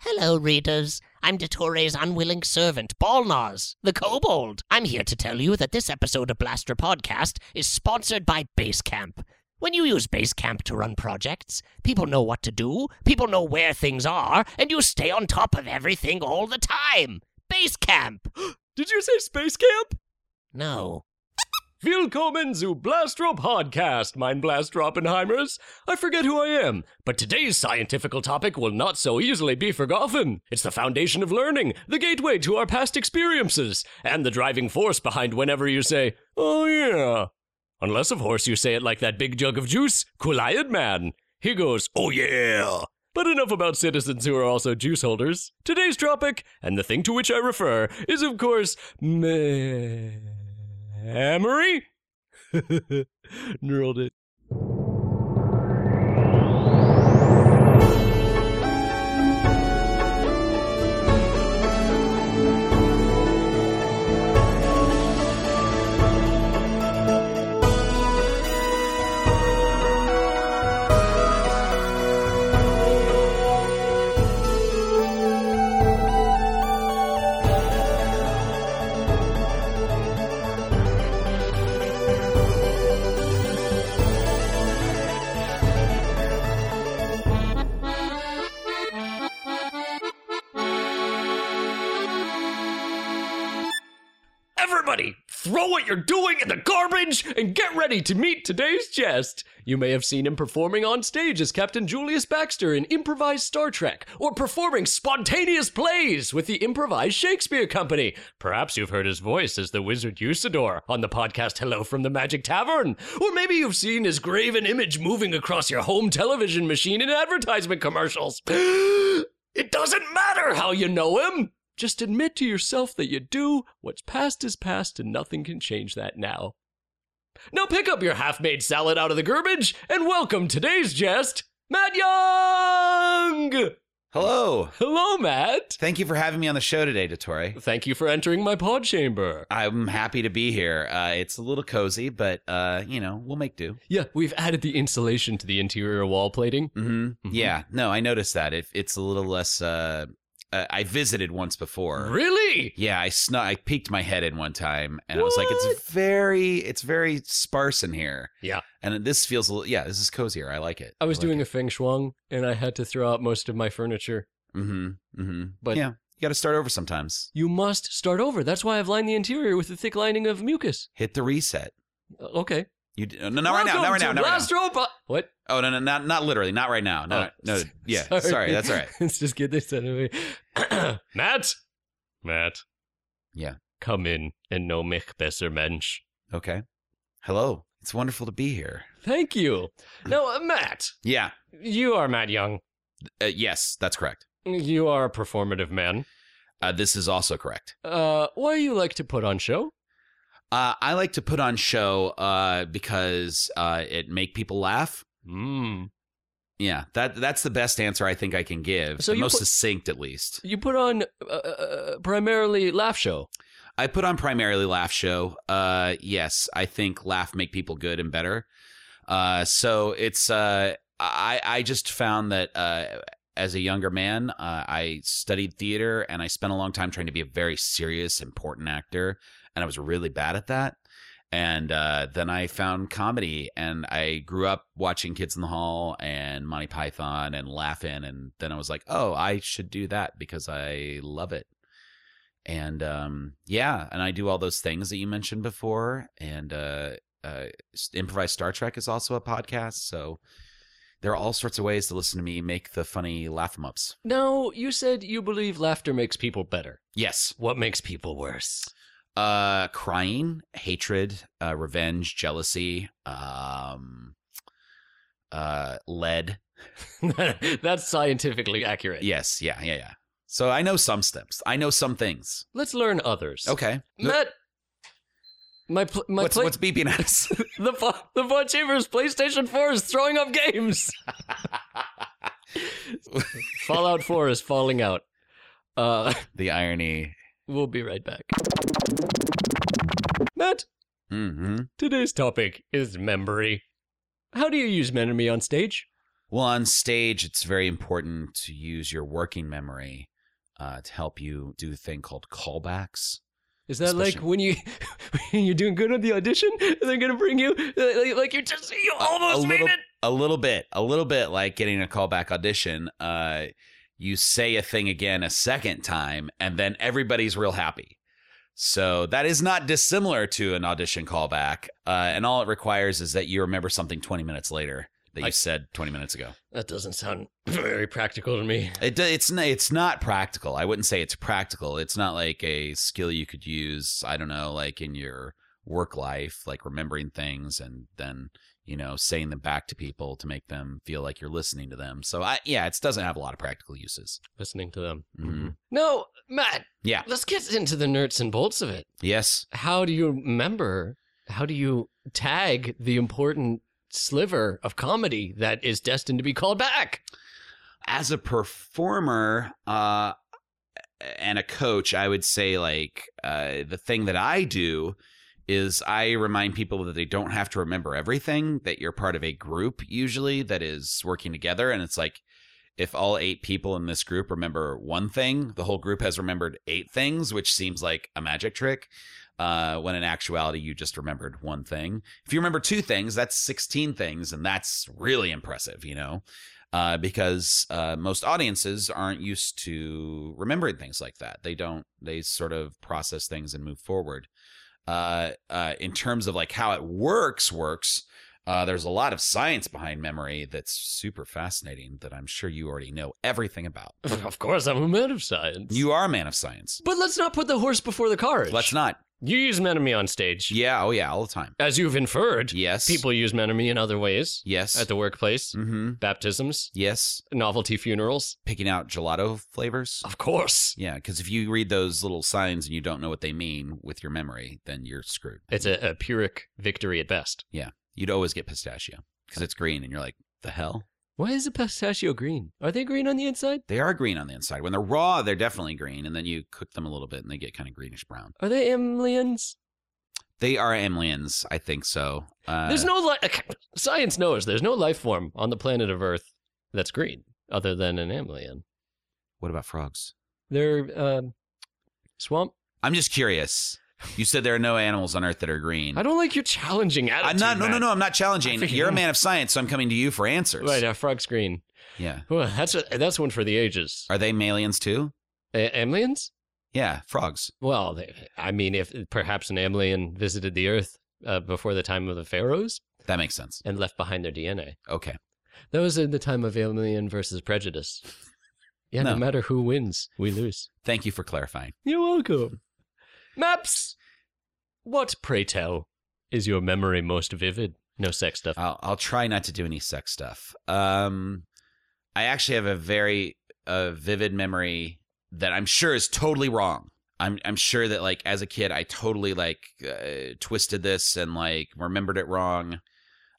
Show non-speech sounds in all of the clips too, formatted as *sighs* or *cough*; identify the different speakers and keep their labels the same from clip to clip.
Speaker 1: Hello, readers. I'm Detore's unwilling servant, Balnars, the kobold. I'm here to tell you that this episode of Blaster Podcast is sponsored by Basecamp. When you use Basecamp to run projects, people know what to do, people know where things are, and you stay on top of everything all the time. Basecamp!
Speaker 2: *gasps* Did you say space camp?
Speaker 1: No.
Speaker 2: Willkommen zu Blastrop Podcast, mein Blast Oppenheimers. I forget who I am, but today's scientifical topic will not so easily be forgotten. It's the foundation of learning, the gateway to our past experiences, and the driving force behind whenever you say, oh yeah. Unless, of course, you say it like that big jug of juice, Kulayad Man. He goes, oh yeah. But enough about citizens who are also juice holders. Today's topic, and the thing to which I refer, is of course memory. *laughs* Knurled it. Everybody, throw what you're doing in the garbage and get ready to meet today's jest. You may have seen him performing on stage as Captain Julius Baxter in improvised Star Trek, or performing spontaneous plays with the improvised Shakespeare Company. Perhaps you've heard his voice as the wizard Usador on the podcast Hello from the Magic Tavern, or maybe you've seen his graven image moving across your home television machine in advertisement commercials. It doesn't matter how you know him. Just admit to yourself that you do. What's past is past, and nothing can change that now. Now pick up your half made salad out of the garbage and welcome today's jest, Matt Young!
Speaker 3: Hello.
Speaker 2: Hello, Matt.
Speaker 3: Thank you for having me on the show today, Dottore.
Speaker 2: Thank you for entering my pod chamber.
Speaker 3: I'm happy to be here. Uh, it's a little cozy, but uh, you know we'll make do.
Speaker 2: Yeah, we've added the insulation to the interior wall plating.
Speaker 3: hmm Yeah. No, I noticed that. If it's a little less. Uh, uh, I visited once before.
Speaker 2: Really?
Speaker 3: Yeah, I snuck. I peeked my head in one time, and I was like,
Speaker 2: What?
Speaker 3: "It's very, it's very sparse in here."
Speaker 2: Yeah.
Speaker 3: And this feels a little. Yeah, this is cozier. I like it.
Speaker 2: I was doing a feng shuang and I had to throw out most of my furniture.
Speaker 3: Mm-hmm. Mm-hmm.
Speaker 2: But-
Speaker 3: But yeah, you got to start over sometimes.
Speaker 2: You must start over. That's why I've lined the interior with a thick lining of mucus.
Speaker 3: Hit the reset.
Speaker 2: Uh, Okay.
Speaker 3: You d- no, not right now. Not right now. Not right now.
Speaker 2: Last rope. What?
Speaker 3: Oh no, no, not not literally. Not right now. No,
Speaker 2: Oh,
Speaker 3: no.
Speaker 2: s-
Speaker 3: Yeah. sorry.
Speaker 2: *laughs*
Speaker 3: That's all right.
Speaker 2: Let's just get this out of
Speaker 3: *coughs*
Speaker 2: the way. Matt. Matt.
Speaker 3: Yeah.
Speaker 2: Come in and know mich besser Mensch.
Speaker 3: Okay. Hello. It's wonderful to be here.
Speaker 2: Thank you. Now, uh, Matt,
Speaker 3: Yeah.
Speaker 2: you are Matt Young.
Speaker 3: Uh, yes, that's correct.
Speaker 2: You are a performative man.
Speaker 3: Uh, this is also correct.
Speaker 2: Uh, why do you like to put on show?
Speaker 3: Uh, I like to put on show uh, because uh, it make people laugh.
Speaker 2: Mm.
Speaker 3: Yeah, that that's the best answer I think I can give.
Speaker 2: So
Speaker 3: the
Speaker 2: you
Speaker 3: most
Speaker 2: put-
Speaker 3: succinct, at least.
Speaker 2: You put on uh, uh, primarily laugh show.
Speaker 3: I put on primarily laugh show. Uh, yes, I think laugh make people good and better. Uh, so it's uh, I I just found that uh, as a younger man, uh, I studied theater and I spent a long time trying to be a very serious, important actor, and I was really bad at that. And uh, then I found comedy, and I grew up watching Kids in the Hall and Monty Python and Laughing, and then I was like, oh, I should do that because I love it and um yeah and i do all those things that you mentioned before and uh uh S- improvised star trek is also a podcast so there are all sorts of ways to listen to me make the funny laugh em ups
Speaker 2: Now, you said you believe laughter makes people better.
Speaker 3: yes
Speaker 2: What makes people worse?
Speaker 3: uh crying hatred uh revenge jealousy um uh lead
Speaker 2: *laughs* That's scientifically accurate.
Speaker 3: yes yeah yeah yeah so i know some steps i know some things
Speaker 2: Let's learn others.
Speaker 3: okay
Speaker 2: Matt, my pl- my
Speaker 3: what's
Speaker 2: play-
Speaker 3: what's beeping at us *laughs*
Speaker 2: the Fa- the Von Chambers PlayStation Four is throwing up games. *laughs* Fallout Four is falling out. Uh, *laughs*
Speaker 3: the irony
Speaker 2: we'll be right back. Matt,
Speaker 3: hmm
Speaker 2: today's topic is memory. How do you use memory on stage?
Speaker 3: Well, on stage, it's very important to use your working memory uh, to help you do a thing called callbacks.
Speaker 2: Is that like
Speaker 3: Especially-
Speaker 2: when you *laughs* when you're doing good on the audition and they're gonna bring you uh, like, like you're just you almost
Speaker 3: a
Speaker 2: made
Speaker 3: little,
Speaker 2: it?
Speaker 3: A little bit, a little bit like getting a callback audition. Uh, you say a thing again a second time, and then everybody's real happy. So that is not dissimilar to an audition callback, uh, and all it requires is that you remember something 20 minutes later that you
Speaker 2: I-
Speaker 3: said 20 minutes ago.
Speaker 2: That doesn't sound very practical to me.
Speaker 3: It, do- it's n- it's not practical. I wouldn't say it's practical. It's not like a skill you could use. I don't know, like in your work life, like remembering things and then you know saying them back to people to make them feel like you're listening to them. So I yeah, it doesn't have a lot of practical uses.
Speaker 2: Listening to them.
Speaker 3: Mhm.
Speaker 2: No, Matt.
Speaker 3: Yeah.
Speaker 2: Let's get into the nerds and bolts of it.
Speaker 3: Yes.
Speaker 2: How do you remember? How do you tag the important sliver of comedy that is destined to be called back? *laughs*
Speaker 3: as a performer uh, and a coach, I would say like uh, the thing that I do is I remind people that they don't have to remember everything. That you're part of a group usually that is working together, and it's like if all eight people in this group remember one thing, the whole group has remembered eight things, which seems like a magic trick. Uh, when in actuality, you just remembered one thing. If you remember two things, that's 16 things, and that's really impressive, you know? uh, because uh, most audiences aren't used to remembering things like that. They don't. They sort of process things and move forward. Uh, uh, in terms of like how it works, works. Uh, there's a lot of science behind memory that's super fascinating that I'm sure you already know everything about.
Speaker 2: Of course, I'm a man of science.
Speaker 3: You are a man of science.
Speaker 2: But let's not put the horse before the carriage.
Speaker 3: Let's not.
Speaker 2: You use Menemy on stage.
Speaker 3: Yeah. Oh yeah. All the time.
Speaker 2: As you've inferred,
Speaker 3: Yes.
Speaker 2: people use Menemy in other ways
Speaker 3: Yes.
Speaker 2: at the workplace,
Speaker 3: mm-hmm.
Speaker 2: baptisms,
Speaker 3: Yes.
Speaker 2: novelty funerals.
Speaker 3: Picking out gelato flavors.
Speaker 2: Of course.
Speaker 3: Yeah, because if you read those little signs and you don't know what they mean with your memory, then you're screwed.
Speaker 2: It's a, a pyrrhic victory at best.
Speaker 3: You'd always get pistachio because it's green, and you're like, the hell?
Speaker 2: Why is a pistachio green? Are they green on the inside?
Speaker 3: They are green on the inside. When they're raw, they're definitely green, and then you cook them a little bit, and they get kind of greenish brown.
Speaker 2: Are they aliens?
Speaker 3: They are amlians, I think so. Uh,
Speaker 2: there's no life. Science knows there's no life form on the planet of Earth that's green other than an amelian.
Speaker 3: What about frogs?
Speaker 2: They're um, swamp.
Speaker 3: I'm just curious. You said there are no animals on Earth that are green.
Speaker 2: I don't like your challenging attitude.
Speaker 3: I'm not. No, no,
Speaker 2: Matt.
Speaker 3: no. I'm not challenging.
Speaker 2: I think-
Speaker 3: You're a man of science, so I'm coming to you for answers.
Speaker 2: Right, uh, frog's green.
Speaker 3: Yeah.
Speaker 2: Well, that's a, that's one for the ages.
Speaker 3: Are they mammalians too?
Speaker 2: A- amelians?
Speaker 3: Yeah, frogs.
Speaker 2: Well, they, I mean, if perhaps an alien visited the Earth uh, before the time of the pharaohs
Speaker 3: That makes sense.
Speaker 2: and left behind their DNA.
Speaker 3: Okay.
Speaker 2: That was in the time of alien versus prejudice. Yeah, no,
Speaker 3: No.
Speaker 2: matter who wins, we lose.
Speaker 3: Thank you for clarifying.
Speaker 2: You're welcome. Maps. What pray tell is your memory most vivid? No sex stuff.
Speaker 3: I'll, I'll try not to do any sex stuff. Um, I actually have a very uh, vivid memory that I'm sure is totally wrong. I'm I'm sure that like as a kid I totally like uh, twisted this and like remembered it wrong.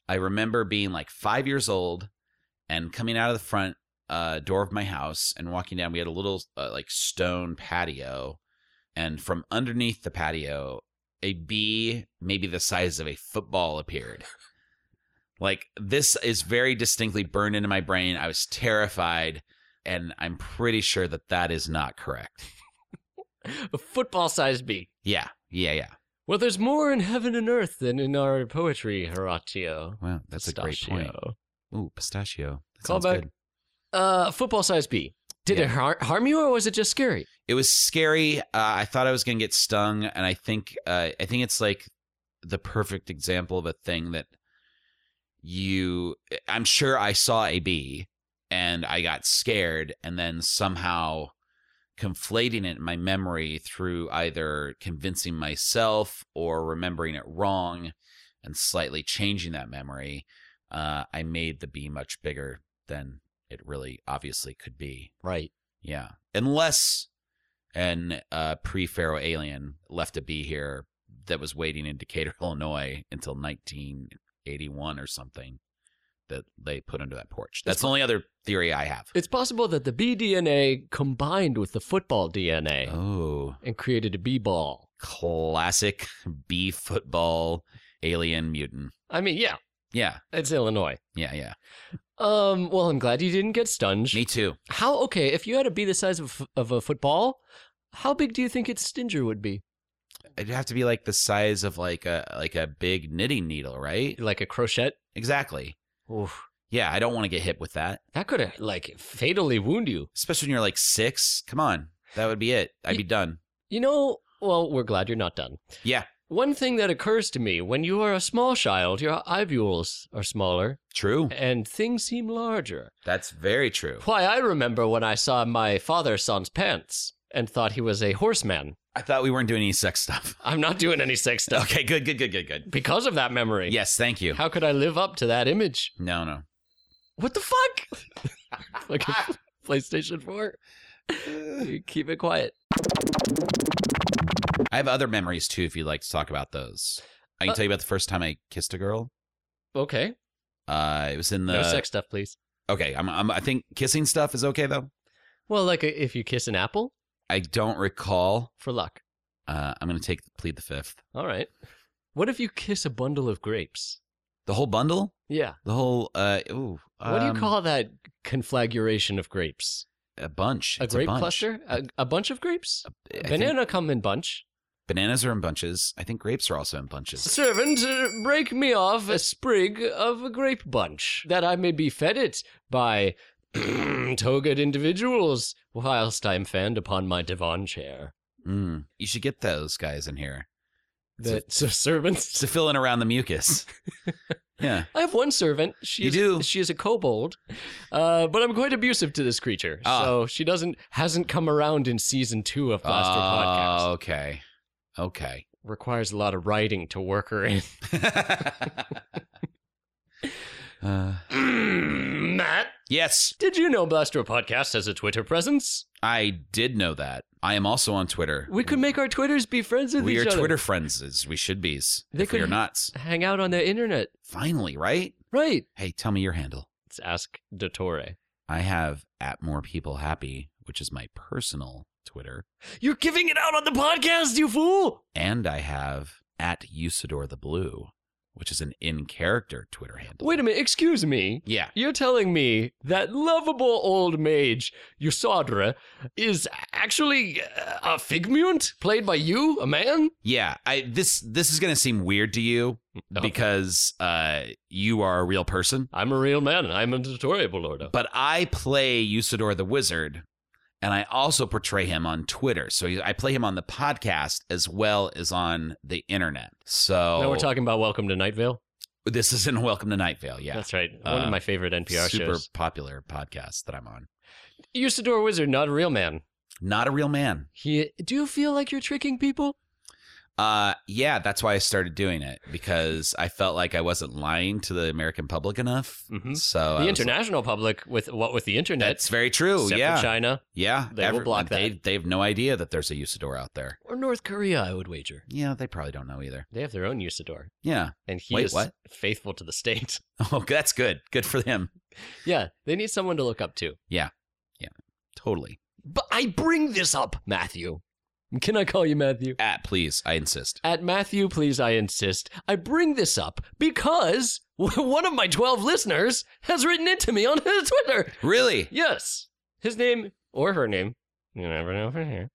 Speaker 3: I remember being like five years old and coming out of the front uh, door of my house and walking down. We had a little uh, like stone patio, and from underneath the patio, a bee maybe the size of a football appeared. Like this is very distinctly burned into my brain. I was terrified, and I'm pretty sure that that is not correct.
Speaker 2: A football-sized bee.
Speaker 3: Yeah, yeah, yeah.
Speaker 2: Well, there's more in heaven and earth than in our poetry, Horatio.
Speaker 3: Wow, that's a great point.
Speaker 2: Pistachio.
Speaker 3: Ooh, pistachio. That
Speaker 2: Call
Speaker 3: sounds
Speaker 2: back.
Speaker 3: good.
Speaker 2: Uh, football-sized bee. Did
Speaker 3: Yeah.
Speaker 2: it har- harm you, or was it just scary?
Speaker 3: It was scary. Uh, I thought I was gonna get stung, and I think uh, I think it's like the perfect example of a thing that you. eh, I'm sure I saw a bee, and I got scared, and then somehow conflating it in my memory through either convincing myself or remembering it wrong, and slightly changing that memory. Uh, I made the bee much bigger than it really obviously could be.
Speaker 2: Right.
Speaker 3: Yeah. Unless an uh, pre Pharaoh alien left a bee here that was waiting in Decatur, *laughs* Illinois until 1981 or something that they put under that porch. That's the only other theory I have.
Speaker 2: It's possible that the bee DNA combined with the football DNA
Speaker 3: Oh,
Speaker 2: and created a bee ball.
Speaker 3: *laughs* classic bee football alien mutant.
Speaker 2: I mean, yeah,
Speaker 3: Yeah.
Speaker 2: It's Illinois.
Speaker 3: Yeah. Yeah.
Speaker 2: Um, well, I'm glad you didn't get stunned.
Speaker 3: Me too.
Speaker 2: How okay? If you had to be the size of of a football, how big do you think its stinger would be?
Speaker 3: It'd have to be like the size of like a like a big knitting needle, right?
Speaker 2: Like a crochet?
Speaker 3: Exactly.
Speaker 2: Oof.
Speaker 3: Yeah, I don't want to get hit with that,
Speaker 2: That could have like fatally wound you.
Speaker 3: especially when you're like six. Come on, that would be it. I'd be done.
Speaker 2: You know. Well, we're glad you're not done.
Speaker 3: Yeah.
Speaker 2: One thing that occurs to me when you are a small child, your alveoles are smaller
Speaker 3: True.
Speaker 2: and things seem larger.
Speaker 3: That's very true.
Speaker 2: Why, I remember when I saw my father sans pants and thought he was a horseman.
Speaker 3: I thought we weren't doing any sex stuff. *laughs*
Speaker 2: I'm not doing any sex stuff
Speaker 3: Okay, good, good, good, good,
Speaker 2: *laughs*
Speaker 3: good.
Speaker 2: because of that memory.
Speaker 3: Yes, thank you.
Speaker 2: How could I live up to that image?
Speaker 3: No, no.
Speaker 2: What the fuck? *laughs* Uh. like a PlayStation 4? You Keep it quiet.
Speaker 3: I have other memories too if you'd like to talk about those. I can
Speaker 2: Uh,
Speaker 3: tell you about the first time I kissed a girl.
Speaker 2: Okay.
Speaker 3: Uh, it was in the
Speaker 2: No sex stuff, please.
Speaker 3: Okay, I'm, I'm I think kissing stuff is okay though.
Speaker 2: Well, like a, if you kiss an apple
Speaker 3: I don't recall.
Speaker 2: for luck.
Speaker 3: Uh, I'm going to take plead the fifth.
Speaker 2: All right. What if you kiss a bundle of grapes?
Speaker 3: The whole bundle?
Speaker 2: Yeah.
Speaker 3: The whole uh ooh.
Speaker 2: What do you
Speaker 3: um,
Speaker 2: call that conflagration of grapes?
Speaker 3: a bunch?
Speaker 2: A
Speaker 3: It's
Speaker 2: grape
Speaker 3: bunch.
Speaker 2: cluster? A, a bunch of grapes?
Speaker 3: I think
Speaker 2: Banana come in bunch.
Speaker 3: bananas are in bunches. I think grapes are also in bunches.
Speaker 2: Servant, uh, break me off a sprig of a grape bunch, that I may be fed it by *clears throat* togaed individuals, whilst I am fanned upon my divan chair.
Speaker 3: Mm. You should get those guys in here
Speaker 2: That so, servants.
Speaker 3: to fill in around the mucus. yeah.
Speaker 2: *laughs* I have one servant. She
Speaker 3: You
Speaker 2: is,
Speaker 3: do.
Speaker 2: She is a kobold, uh, but I'm quite abusive to this creature,
Speaker 3: Ah.
Speaker 2: so she doesn't hasn't come around in season two of Blaster
Speaker 3: Oh,
Speaker 2: Podcast.
Speaker 3: okay.
Speaker 2: *laughs*
Speaker 3: Okay. *laughs*
Speaker 2: Requires a lot of writing to work her
Speaker 3: *clears throat*
Speaker 2: in.
Speaker 3: uh,
Speaker 2: Matt,
Speaker 3: yes,
Speaker 2: did you know Blaster Podcast has a Twitter presence?
Speaker 3: I did know that. I am also on Twitter.
Speaker 2: We could make our Twitters be friends with
Speaker 3: we
Speaker 2: each
Speaker 3: are
Speaker 2: other.
Speaker 3: Twitter friends. As we should be. s-
Speaker 2: They
Speaker 3: if we
Speaker 2: could-
Speaker 3: are not.
Speaker 2: Hang out on the internet.
Speaker 3: Finally, right?
Speaker 2: Right.
Speaker 3: Hey, tell me your handle.
Speaker 2: Let's ask Dottore.
Speaker 3: I have at more people happy, which is my personal Twitter,
Speaker 2: You're giving it out on the podcast, you fool!
Speaker 3: and I have at Usador the Blue, which is an in character Twitter handle.
Speaker 2: Wait a minute, excuse me.
Speaker 3: Yeah.
Speaker 2: You're telling me that lovable old mage, Usadra, is actually uh, a figment played by you, a man?
Speaker 3: Yeah, I this this is going to seem weird to you
Speaker 2: No.
Speaker 3: because uh you are a real person,
Speaker 2: I'm a real man. I'm a Dottore Bolordo.
Speaker 3: but I play Usador the Wizard and I also portray him on Twitter. So he- I play him on the podcast as well as on the internet. So
Speaker 2: Now we're talking about Welcome to Night Vale.
Speaker 3: this isn't Welcome to Night Vale, yeah.
Speaker 2: That's right. One
Speaker 3: Uh,
Speaker 2: of my favorite NPR
Speaker 3: Super
Speaker 2: shows.
Speaker 3: popular podcast that I'm on.
Speaker 2: Usador Wizard, not a real man.
Speaker 3: Not a real man.
Speaker 2: He, do you feel like you're tricking people?
Speaker 3: Uh yeah, that's why I started doing it because I felt like I wasn't lying to the American public enough.
Speaker 2: Mhm.
Speaker 3: So I
Speaker 2: the
Speaker 3: Oh, was-
Speaker 2: international public, with what with the internet,
Speaker 3: That's very true.
Speaker 2: except
Speaker 3: Yeah.
Speaker 2: for China
Speaker 3: Yeah,
Speaker 2: They will block
Speaker 3: they,
Speaker 2: that.
Speaker 3: They have no idea that there's a Usador out there.
Speaker 2: or North Korea, I would wager.
Speaker 3: Yeah, they probably don't know either.
Speaker 2: They have their own Usador,
Speaker 3: Yeah. *laughs*
Speaker 2: and he
Speaker 3: Wait,
Speaker 2: is
Speaker 3: what?
Speaker 2: faithful to the state. *laughs*
Speaker 3: Oh, that's good. Good for them.
Speaker 2: yeah, they need someone to look up to.
Speaker 3: Totally.
Speaker 2: But I bring this up, Matthew. Can I call you Matthew?
Speaker 3: At please, I insist.
Speaker 2: At Matthew, please, I insist. I bring this up because *laughs* one of my 12 listeners has written into me on *laughs* his Twitter.
Speaker 3: Really?
Speaker 2: Yes. His name or her name. You never know from here.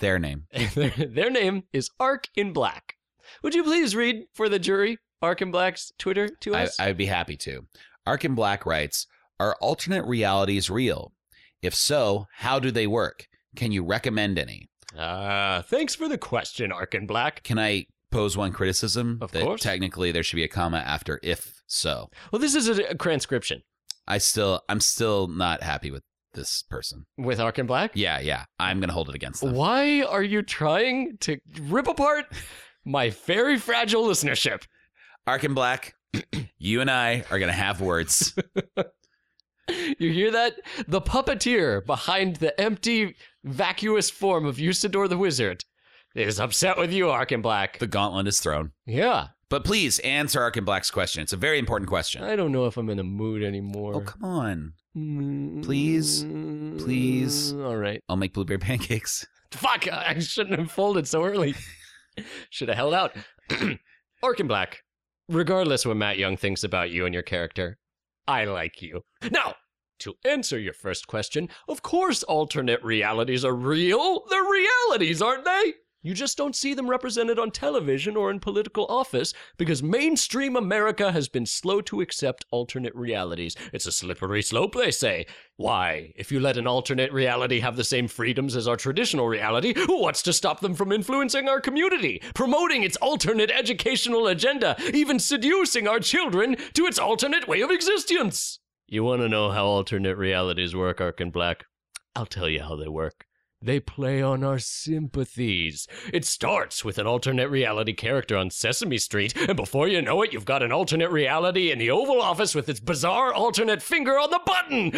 Speaker 3: Their name.
Speaker 2: *laughs* their, their name is Ark in Black. Would you please read for the jury Ark in Black's Twitter to
Speaker 3: I,
Speaker 2: us?
Speaker 3: I'd be happy to. Arkin Black writes Are alternate realities real? If so, how do they work? Can you recommend any?
Speaker 2: Ah, thanks for the question, Ark in Black.
Speaker 3: Can I pose one criticism?
Speaker 2: Of
Speaker 3: that
Speaker 2: course.
Speaker 3: Technically, there should be a comma after if so.
Speaker 2: Well, this is a, a transcription
Speaker 3: I still, I'm still not happy with this person.
Speaker 2: with Ark in Black.
Speaker 3: Yeah, yeah. I'm going to hold it against them.
Speaker 2: Why are you trying to rip apart my very fragile listenership?
Speaker 3: Arkin Black, *clears throat* you and I are going to
Speaker 2: *laughs*
Speaker 3: have words.
Speaker 2: You hear that? The puppeteer behind the empty, vacuous form of Usador the Wizard is upset with you, Ark in Black.
Speaker 3: the gauntlet is thrown.
Speaker 2: yeah.
Speaker 3: But please answer Arkin Black's question. It's a very important question.
Speaker 2: I don't know if I'm in the mood anymore.
Speaker 3: oh, come on.
Speaker 2: Please,
Speaker 3: Please? Please?
Speaker 2: Mm, All right.
Speaker 3: I'll make blueberry *laughs* pancakes.
Speaker 2: Fuck! *laughs* *clears throat* I shouldn't have folded so early. Should have held out. Orkin Black, regardless what Matt Young thinks about you and your character, I like you. Now, to answer your first question, of course alternate realities are real. They're realities, aren't they? You just don't see them represented on television or in political office because mainstream America has been slow to accept alternate realities. It's a slippery slope, they say. Why? If you let an alternate reality have the same freedoms as our traditional reality, what's to stop them from influencing our community, promoting its alternate educational agenda, even seducing our children to its alternate way of existence? You want to know how alternate realities work, Arkin Black? I'll tell you how they work. They play on our sympathies. It starts with an alternate reality character on Sesame Street, and before you know it, you've got an alternate reality in the Oval Office with its bizarre alternate finger on the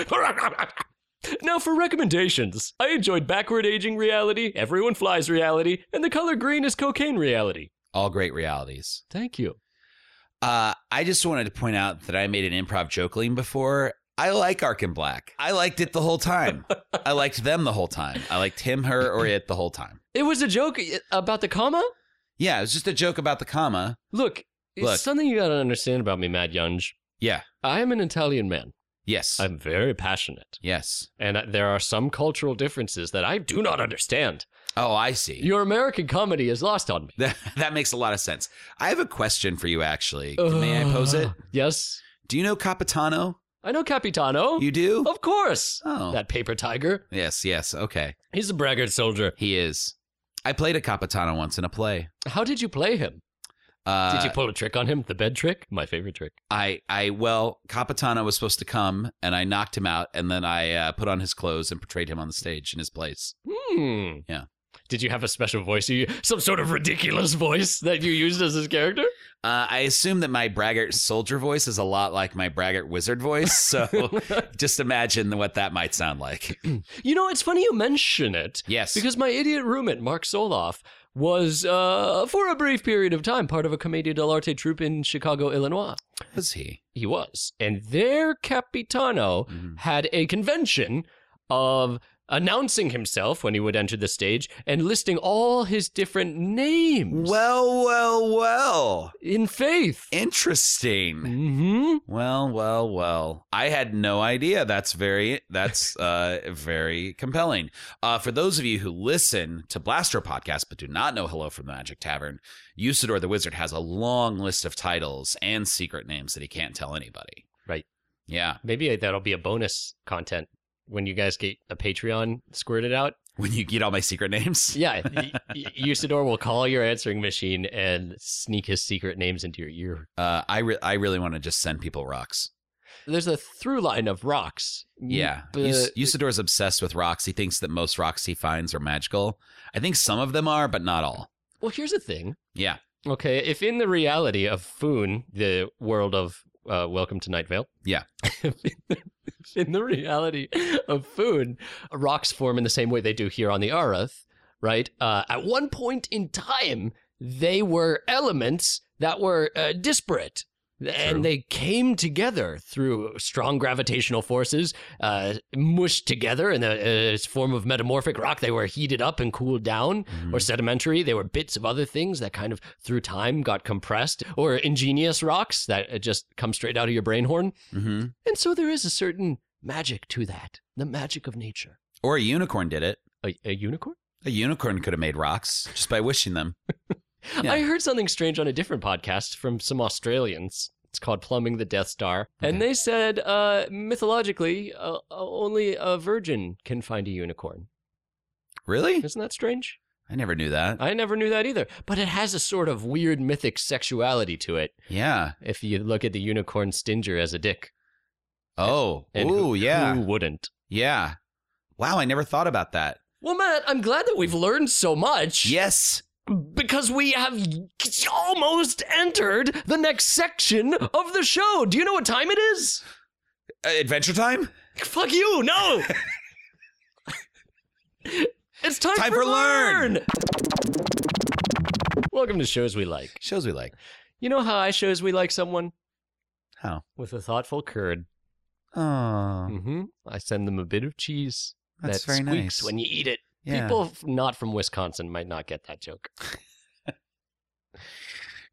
Speaker 2: button! *laughs* now for recommendations. I enjoyed Backward Aging Reality, Everyone Flies Reality, and The Color Green is Cocaine Reality.
Speaker 3: All great realities.
Speaker 2: Thank you.
Speaker 3: Uh, I just wanted to point out that I made an improv joke lean before. I like Arkin Black. I liked it the
Speaker 2: *laughs*
Speaker 3: whole time. I liked them the whole time. I liked him, her, or it the whole time.
Speaker 2: It was a joke eh, about the comma?
Speaker 3: Yeah, it was just a joke about the comma.
Speaker 2: Look, it's
Speaker 3: Look.
Speaker 2: something you gotta understand about me, Mad Yunge.
Speaker 3: Yeah.
Speaker 2: I am an Italian man.
Speaker 3: Yes.
Speaker 2: I'm very passionate.
Speaker 3: yes.
Speaker 2: And I- there are some cultural differences that I do not understand.
Speaker 3: Oh, I see.
Speaker 2: Your American comedy is lost on me.
Speaker 3: that, *laughs* that makes a lot of sense. I have a question for you, actually. May I pose it?
Speaker 2: Ugh. Yes.
Speaker 3: Do you know Capitano?
Speaker 2: I know Capitano.
Speaker 3: You do?
Speaker 2: Of course.
Speaker 3: Oh.
Speaker 2: That paper tiger.
Speaker 3: yes, yes. Okay.
Speaker 2: He's a braggart soldier.
Speaker 3: He is. I played a Capitano once in a play.
Speaker 2: How did you play him?
Speaker 3: Uh,
Speaker 2: Did you pull a trick on him? The bed trick? My favorite trick.
Speaker 3: I, I, well, Capitano was supposed to come, and I knocked him out, and then I uh, put on his clothes and portrayed him on the stage in his place.
Speaker 2: Hmm.
Speaker 3: Yeah.
Speaker 2: Did you have a special voice? You, some sort of ridiculous voice that you used as his character?
Speaker 3: Uh, I assume that my braggart soldier voice is a lot like my braggart wizard voice, *laughs* so just imagine what that might sound like.
Speaker 2: You know, it's funny you mention it.
Speaker 3: Yes,
Speaker 2: Because my idiot roommate, Mark Soloff, was, uh, for a brief period of time, part of a Commedia dell'arte troupe in Chicago, Illinois.
Speaker 3: was he?
Speaker 2: He was. And their Capitano
Speaker 3: Mhm.
Speaker 2: had a convention of announcing himself when he would enter the stage and listing all his different names
Speaker 3: Well, well, well.
Speaker 2: in faith.
Speaker 3: Interesting.
Speaker 2: hmm
Speaker 3: Well, well, well. I had no idea. That's very
Speaker 2: *laughs*
Speaker 3: that's uh very compelling. Uh for those of you who listen to Blaster podcast but do not know Hello from the Magic Tavern, Usador the Wizard has a long list of titles and secret names that he can't tell anybody.
Speaker 2: Right.
Speaker 3: Yeah.
Speaker 2: Maybe that'll be a bonus content when you guys get a Patreon squirted out.
Speaker 3: When you get all my secret names.
Speaker 2: Yeah, y- y- *laughs* Usador will call your answering machine and sneak his secret names into your ear.
Speaker 3: Uh I re- I really want to just send people rocks.
Speaker 2: There's a through line of rocks.
Speaker 3: Yeah.
Speaker 2: Mm, but
Speaker 3: Us- Usador's obsessed with rocks. He thinks that most rocks he finds are magical. I think some of them are, but not all.
Speaker 2: well, here's the thing.
Speaker 3: Yeah.
Speaker 2: Okay, if in the reality of Foon, the world of uh, Welcome to Night Vale,
Speaker 3: Yeah.
Speaker 2: if in the- if *laughs* in the reality of Foon, rocks form in the same way they do here on the Arath, right? Uh, at one point in time, they were elements that were uh, disparate.
Speaker 3: True.
Speaker 2: And they came together through strong gravitational forces, uh, mushed together in a, a form of metamorphic rock. They were heated up and cooled down
Speaker 3: Mhm.
Speaker 2: or sedimentary. They were bits of other things that kind of through time got compressed, or ingenious rocks that uh, just come straight out of your brain horn.
Speaker 3: Mm-hmm.
Speaker 2: And so there is a certain magic to that the magic of nature.
Speaker 3: Or a unicorn did it.
Speaker 2: A, a unicorn?
Speaker 3: A unicorn could have made rocks just by wishing them. Yeah.
Speaker 2: I heard something strange on a different podcast from some Australians. It's called Plumbing the Death Star. And
Speaker 3: Okay.
Speaker 2: they said, uh, mythologically, uh, uh, only a virgin can find a unicorn.
Speaker 3: Really?
Speaker 2: Isn't that strange?
Speaker 3: I never knew that.
Speaker 2: I never knew that either. But it has a sort of weird mythic sexuality to it.
Speaker 3: Yeah.
Speaker 2: if you look at the unicorn stinger as a dick.
Speaker 3: Oh.
Speaker 2: And
Speaker 3: Ooh,
Speaker 2: who,
Speaker 3: yeah.
Speaker 2: Who wouldn't?
Speaker 3: Yeah. Wow, I never thought about that.
Speaker 2: Well, Matt, I'm glad that we've learned so much.
Speaker 3: Yes.
Speaker 2: Because we have almost entered the next section of the show. Do you know what time it is?
Speaker 3: Uh, Adventure time?
Speaker 2: Fuck you, no! *laughs* it's time,
Speaker 3: Time for Learn.
Speaker 2: Welcome to Shows We Like.
Speaker 3: Shows we like.
Speaker 2: You know how I shows we like someone?
Speaker 3: How?
Speaker 2: With a thoughtful curd. Hmm.
Speaker 3: Oh,
Speaker 2: Mm-hmm. I send them a bit of cheese
Speaker 3: that's
Speaker 2: that
Speaker 3: very
Speaker 2: squeaks
Speaker 3: nice.
Speaker 2: when you eat it.
Speaker 3: yeah.
Speaker 2: People f- not from Wisconsin might not get that joke.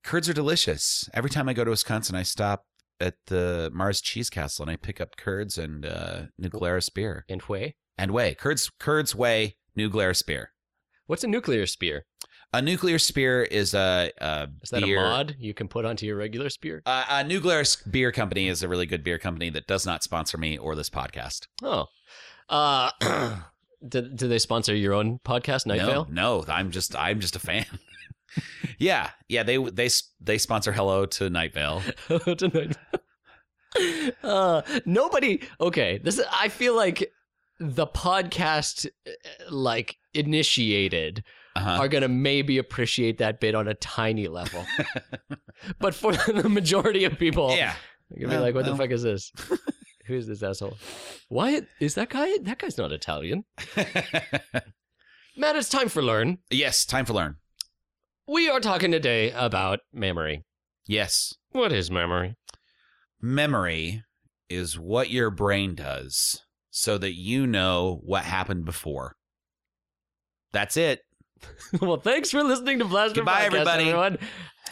Speaker 3: curds are delicious. Every time I go to Wisconsin, I stop at the Mars Cheese Castle and I pick up curds and uh, New Glarus beer
Speaker 2: And whey?
Speaker 3: and whey. Curds, curds, whey, New Glarus beer.
Speaker 2: What's a nuclear spear?
Speaker 3: A nuclear spear is a, a
Speaker 2: Is that
Speaker 3: beer-
Speaker 2: a mod you can put onto your regular spear?
Speaker 3: Uh, uh, New Glarus Beer Company is a really good beer company that does not sponsor me or this podcast.
Speaker 2: Oh. Uh, *clears throat* do, do they sponsor your own podcast, Night
Speaker 3: no,
Speaker 2: Vale?
Speaker 3: no, I'm just I'm just a fan. *laughs* yeah, yeah, they they they sponsor Hello to Night Vale.
Speaker 2: *laughs* To Night Vale. *laughs* uh, nobody. Okay, this is. I feel like the podcast, uh, like initiated, *laughs*
Speaker 3: Uh-huh.
Speaker 2: are gonna maybe appreciate that bit on a tiny level,
Speaker 3: *laughs*
Speaker 2: but for *laughs* the majority of people,
Speaker 3: Yeah, *laughs*
Speaker 2: You're gonna be
Speaker 3: Well,
Speaker 2: like, what the
Speaker 3: well.
Speaker 2: fuck is *laughs* this? Who's this asshole? Why is that guy? That guy's not Italian. Matt, it's time for learn.
Speaker 3: yes, time for learn.
Speaker 2: We are talking today about memory.
Speaker 3: Yes,
Speaker 2: What is memory? *laughs*
Speaker 3: memory is what your brain does so that you know what happened before. That's it.
Speaker 2: well, thanks for listening to Blaster
Speaker 3: Goodbye,
Speaker 2: Podcast,
Speaker 3: everybody.
Speaker 2: everyone.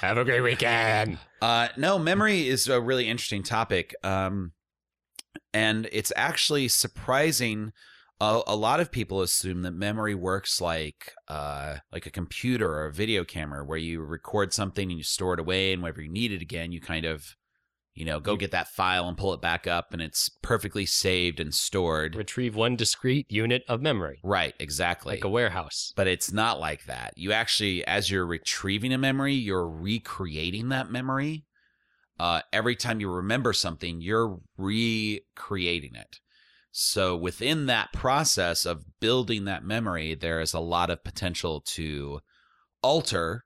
Speaker 2: Have a great weekend.
Speaker 3: Uh, no, memory is a really interesting topic. Um, and it's actually surprising. A, a lot of people assume that memory works like uh, like a computer or a video camera, where you record something and you store it away, and whenever you need it again, you kind of, you know,
Speaker 2: Mm.
Speaker 3: go get that file and pull it back up, and it's perfectly saved and stored.
Speaker 2: Retrieve one discrete unit of memory,
Speaker 3: Right, exactly.
Speaker 2: like a warehouse.
Speaker 3: but it's not like that. You actually, as you're retrieving a memory, you're recreating that memory. Uh, every time you remember something, you're recreating it. So within that process of building that memory, there is a lot of potential to alter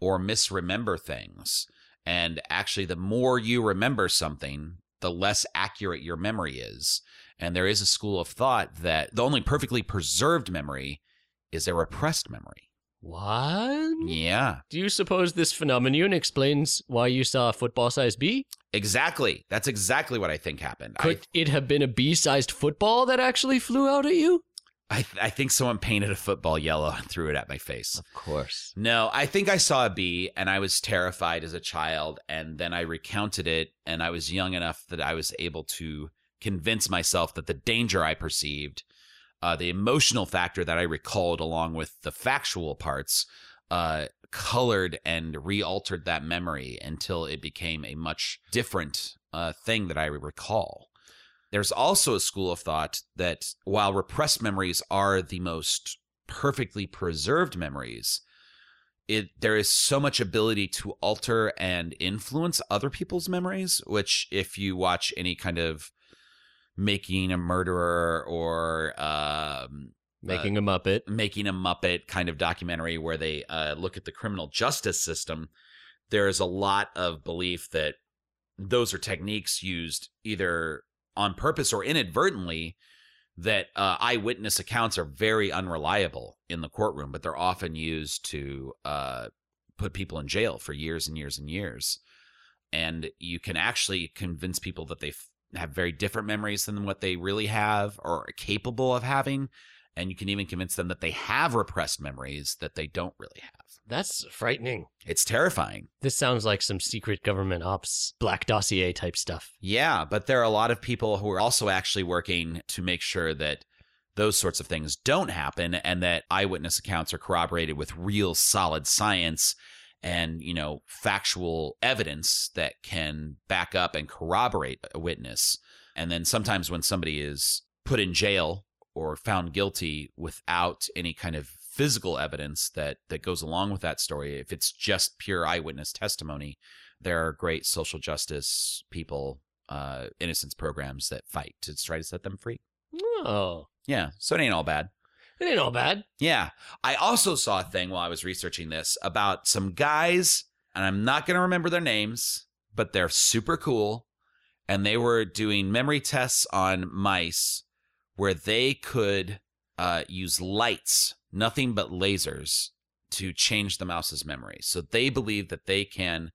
Speaker 3: or misremember things. And actually, the more you remember something, the less accurate your memory is. And there is a school of thought that the only perfectly preserved memory is a repressed memory.
Speaker 2: What?
Speaker 3: Yeah,
Speaker 2: Do you suppose this phenomenon explains why you saw a football size bee?
Speaker 3: exactly. That's exactly what I think happened.
Speaker 2: Could it have been a bee sized football that actually flew out at you?
Speaker 3: I, I, I think someone painted a football yellow and threw it at my face.
Speaker 2: Of course.
Speaker 3: No, I think I saw a bee and I was terrified as a child. And then I recounted it, and I was young enough that I was able to convince myself that the danger I perceived, uh, the emotional factor that I recalled along with the factual parts, uh, colored and re altered that memory until it became a much different uh, thing that I recall. There's also a school of thought that while repressed memories are the most perfectly preserved memories, it there is so much ability to alter and influence other people's memories which if you watch any kind of making a murderer or um,
Speaker 2: Making a Muppet.
Speaker 3: making a muppet kind of documentary where they uh, look at the criminal justice system there is a lot of belief that those are techniques used either on purpose or inadvertently that uh, eyewitness accounts are very unreliable in the courtroom but they're often used to uh, put people in jail for years and years and years and you can actually convince people that they f- have very different memories than what they really have or are capable of having and you can even convince them that they have repressed memories that they don't really have.
Speaker 2: That's frightening.
Speaker 3: It's terrifying.
Speaker 2: This sounds like some secret government ops, black dossier type stuff.
Speaker 3: Yeah, but there are a lot of people who are also actually working to make sure that those sorts of things don't happen and that eyewitness accounts are corroborated with real solid science and, you know, factual evidence that can back up and corroborate a witness. And then sometimes when somebody is put in jail or found guilty without any kind of physical evidence that that goes along with that story, if it's just pure eyewitness testimony, there are great social justice people uh innocence programs that fight to try to set them free
Speaker 2: Oh,
Speaker 3: yeah so it ain't all bad
Speaker 2: it ain't all bad.
Speaker 3: yeah i also saw a thing while i was researching this about some guys and i'm not going to remember their names but they're super cool and they were doing memory tests on mice where they could uh, use lights nothing but lasers to change the mouse's memory so they believe that they can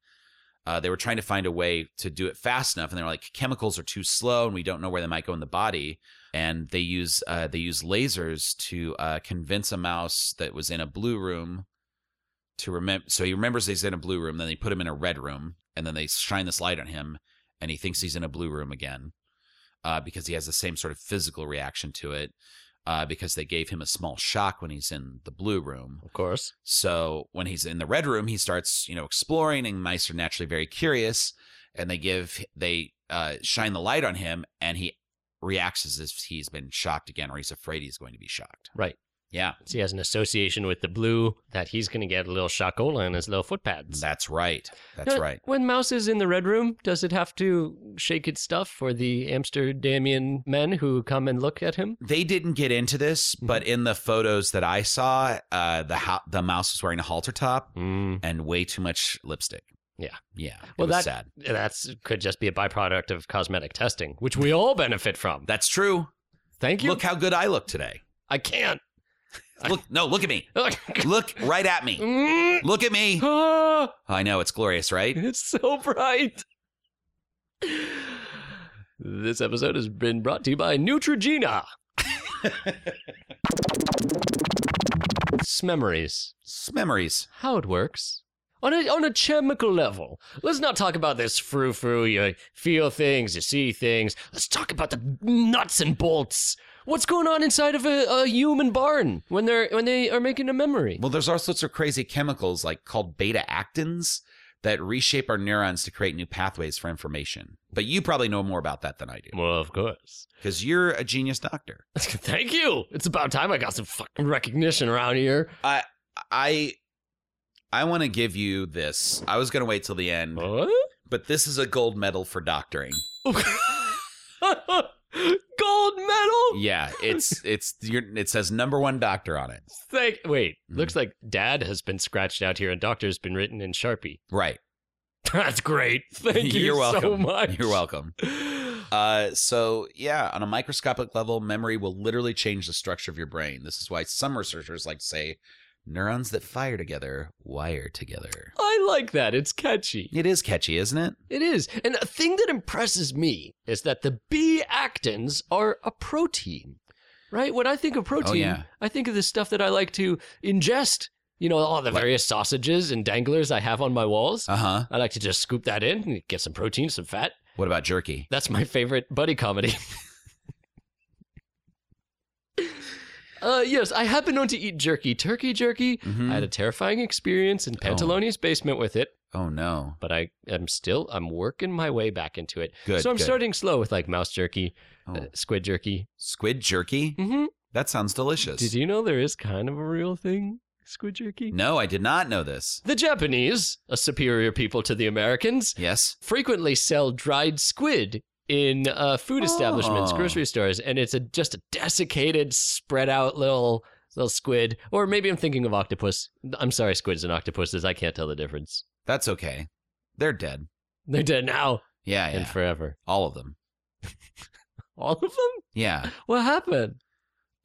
Speaker 3: uh, they were trying to find a way to do it fast enough, and they were like, chemicals are too slow, and we don't know where they might go in the body. And they use uh, they use lasers to uh, convince a mouse that was in a blue room to remember. So he remembers he's in a blue room. Then they put him in a red room, and then they shine this light on him, and he thinks he's in a blue room again, uh, because he has the same sort of physical reaction to it, uh, because they gave him a small shock when he's in the blue room.
Speaker 2: Of course.
Speaker 3: So when he's in the red room, he starts, you know, exploring, and mice are naturally very curious, and they give they uh, shine the light on him, and he reacts as if he's been shocked again, or he's afraid he's going to be shocked.
Speaker 2: Right.
Speaker 3: Yeah,
Speaker 2: So he has an association with the blue that he's going to get a little shakola in his little footpads.
Speaker 3: that's right. That's
Speaker 2: Now,
Speaker 3: right.
Speaker 2: When Mouse is in the red room, does it have to shake its stuff for the Amsterdamian men who come and look at him?
Speaker 3: They didn't get into this,
Speaker 2: Mm-hmm.
Speaker 3: but in the photos that I saw, uh, the ho- the mouse was wearing a halter top
Speaker 2: Mm.
Speaker 3: and way too much lipstick.
Speaker 2: Yeah.
Speaker 3: yeah.
Speaker 2: Well,
Speaker 3: it was
Speaker 2: that-
Speaker 3: sad.
Speaker 2: That's could just be a byproduct of cosmetic testing, which we all benefit from.
Speaker 3: That's true.
Speaker 2: Thank you.
Speaker 3: Look how good I look today.
Speaker 2: I can't. I-
Speaker 3: Look, no, *laughs* look at me. Look right at me.
Speaker 2: *laughs* Mm.
Speaker 3: Look at me.
Speaker 2: Ah,
Speaker 3: I know it's glorious, right?
Speaker 2: *laughs* it's so bright. This episode has been brought to you by Neutrogena. Memories.
Speaker 3: It's memories.
Speaker 2: how it works on a on a chemical level. Let's not talk about this frou frou. You feel things, you see things. Let's talk about the nuts and bolts. What's going on inside of a, a human barn when they're when they are making a memory?
Speaker 3: Well, there's all sorts of crazy chemicals like called beta actins that reshape our neurons to create new pathways for information. But you probably know more about that than I do
Speaker 2: Well, of course.
Speaker 3: because you're a genius doctor.
Speaker 2: *laughs* Thank you. It's about time I got some fucking recognition around here.
Speaker 3: I I want to give you this. I was going to wait till the end,
Speaker 2: *laughs* What?
Speaker 3: but this is a gold medal for doctoring.
Speaker 2: Gold medal.
Speaker 3: Yeah, it's it's your it says number 1 doctor on it.
Speaker 2: Thank. Wait.
Speaker 3: Mhm.
Speaker 2: Looks like Dad has been scratched out here, and Doctor's been written in Sharpie. *laughs*
Speaker 3: Right.
Speaker 2: That's great. Thank you
Speaker 3: You're welcome.
Speaker 2: so much.
Speaker 3: You're welcome. Uh so yeah, on a microscopic level, memory will literally change the structure of your brain. This is why some researchers like to say neurons that fire together wire together.
Speaker 2: *laughs* I like that. It's catchy.
Speaker 3: It is catchy, isn't it?
Speaker 2: It is. And a thing that impresses me is that the B actins are a protein, right? When I think of protein,
Speaker 3: yeah.
Speaker 2: I think of the stuff that I like to ingest. You know, all the
Speaker 3: Like-
Speaker 2: various sausages and danglers I have on my walls.
Speaker 3: Uh-huh.
Speaker 2: I like to just scoop that in and get some protein, some fat.
Speaker 3: What about jerky?
Speaker 2: That's my favorite buddy comedy. *laughs* uh, yes, I have been known to eat jerky, turkey jerky.
Speaker 3: Mhm.
Speaker 2: I had a terrifying experience in Pantaloni's basement with it.
Speaker 3: oh no.
Speaker 2: but I am still I'm working my way back into it.
Speaker 3: Good.
Speaker 2: so I'm
Speaker 3: good.
Speaker 2: starting slow with like mouse jerky,
Speaker 3: Oh.
Speaker 2: uh, squid jerky.
Speaker 3: Squid jerky?
Speaker 2: Mm-hmm.
Speaker 3: That sounds delicious.
Speaker 2: Did you know there is kind of a real thing, squid jerky?
Speaker 3: No, I did not know this.
Speaker 2: The Japanese, a superior people to the Americans,
Speaker 3: Yes.
Speaker 2: frequently sell dried squid in uh, food establishments,
Speaker 3: Oh.
Speaker 2: grocery stores, and it's a just a desiccated, spread out little little squid. Or maybe I'm thinking of octopus. I'm sorry, squids and octopuses. I can't tell the difference.
Speaker 3: That's okay. They're dead.
Speaker 2: They're dead now
Speaker 3: Yeah, yeah.
Speaker 2: and forever.
Speaker 3: All of them.
Speaker 2: All of them.
Speaker 3: Yeah.
Speaker 2: What happened?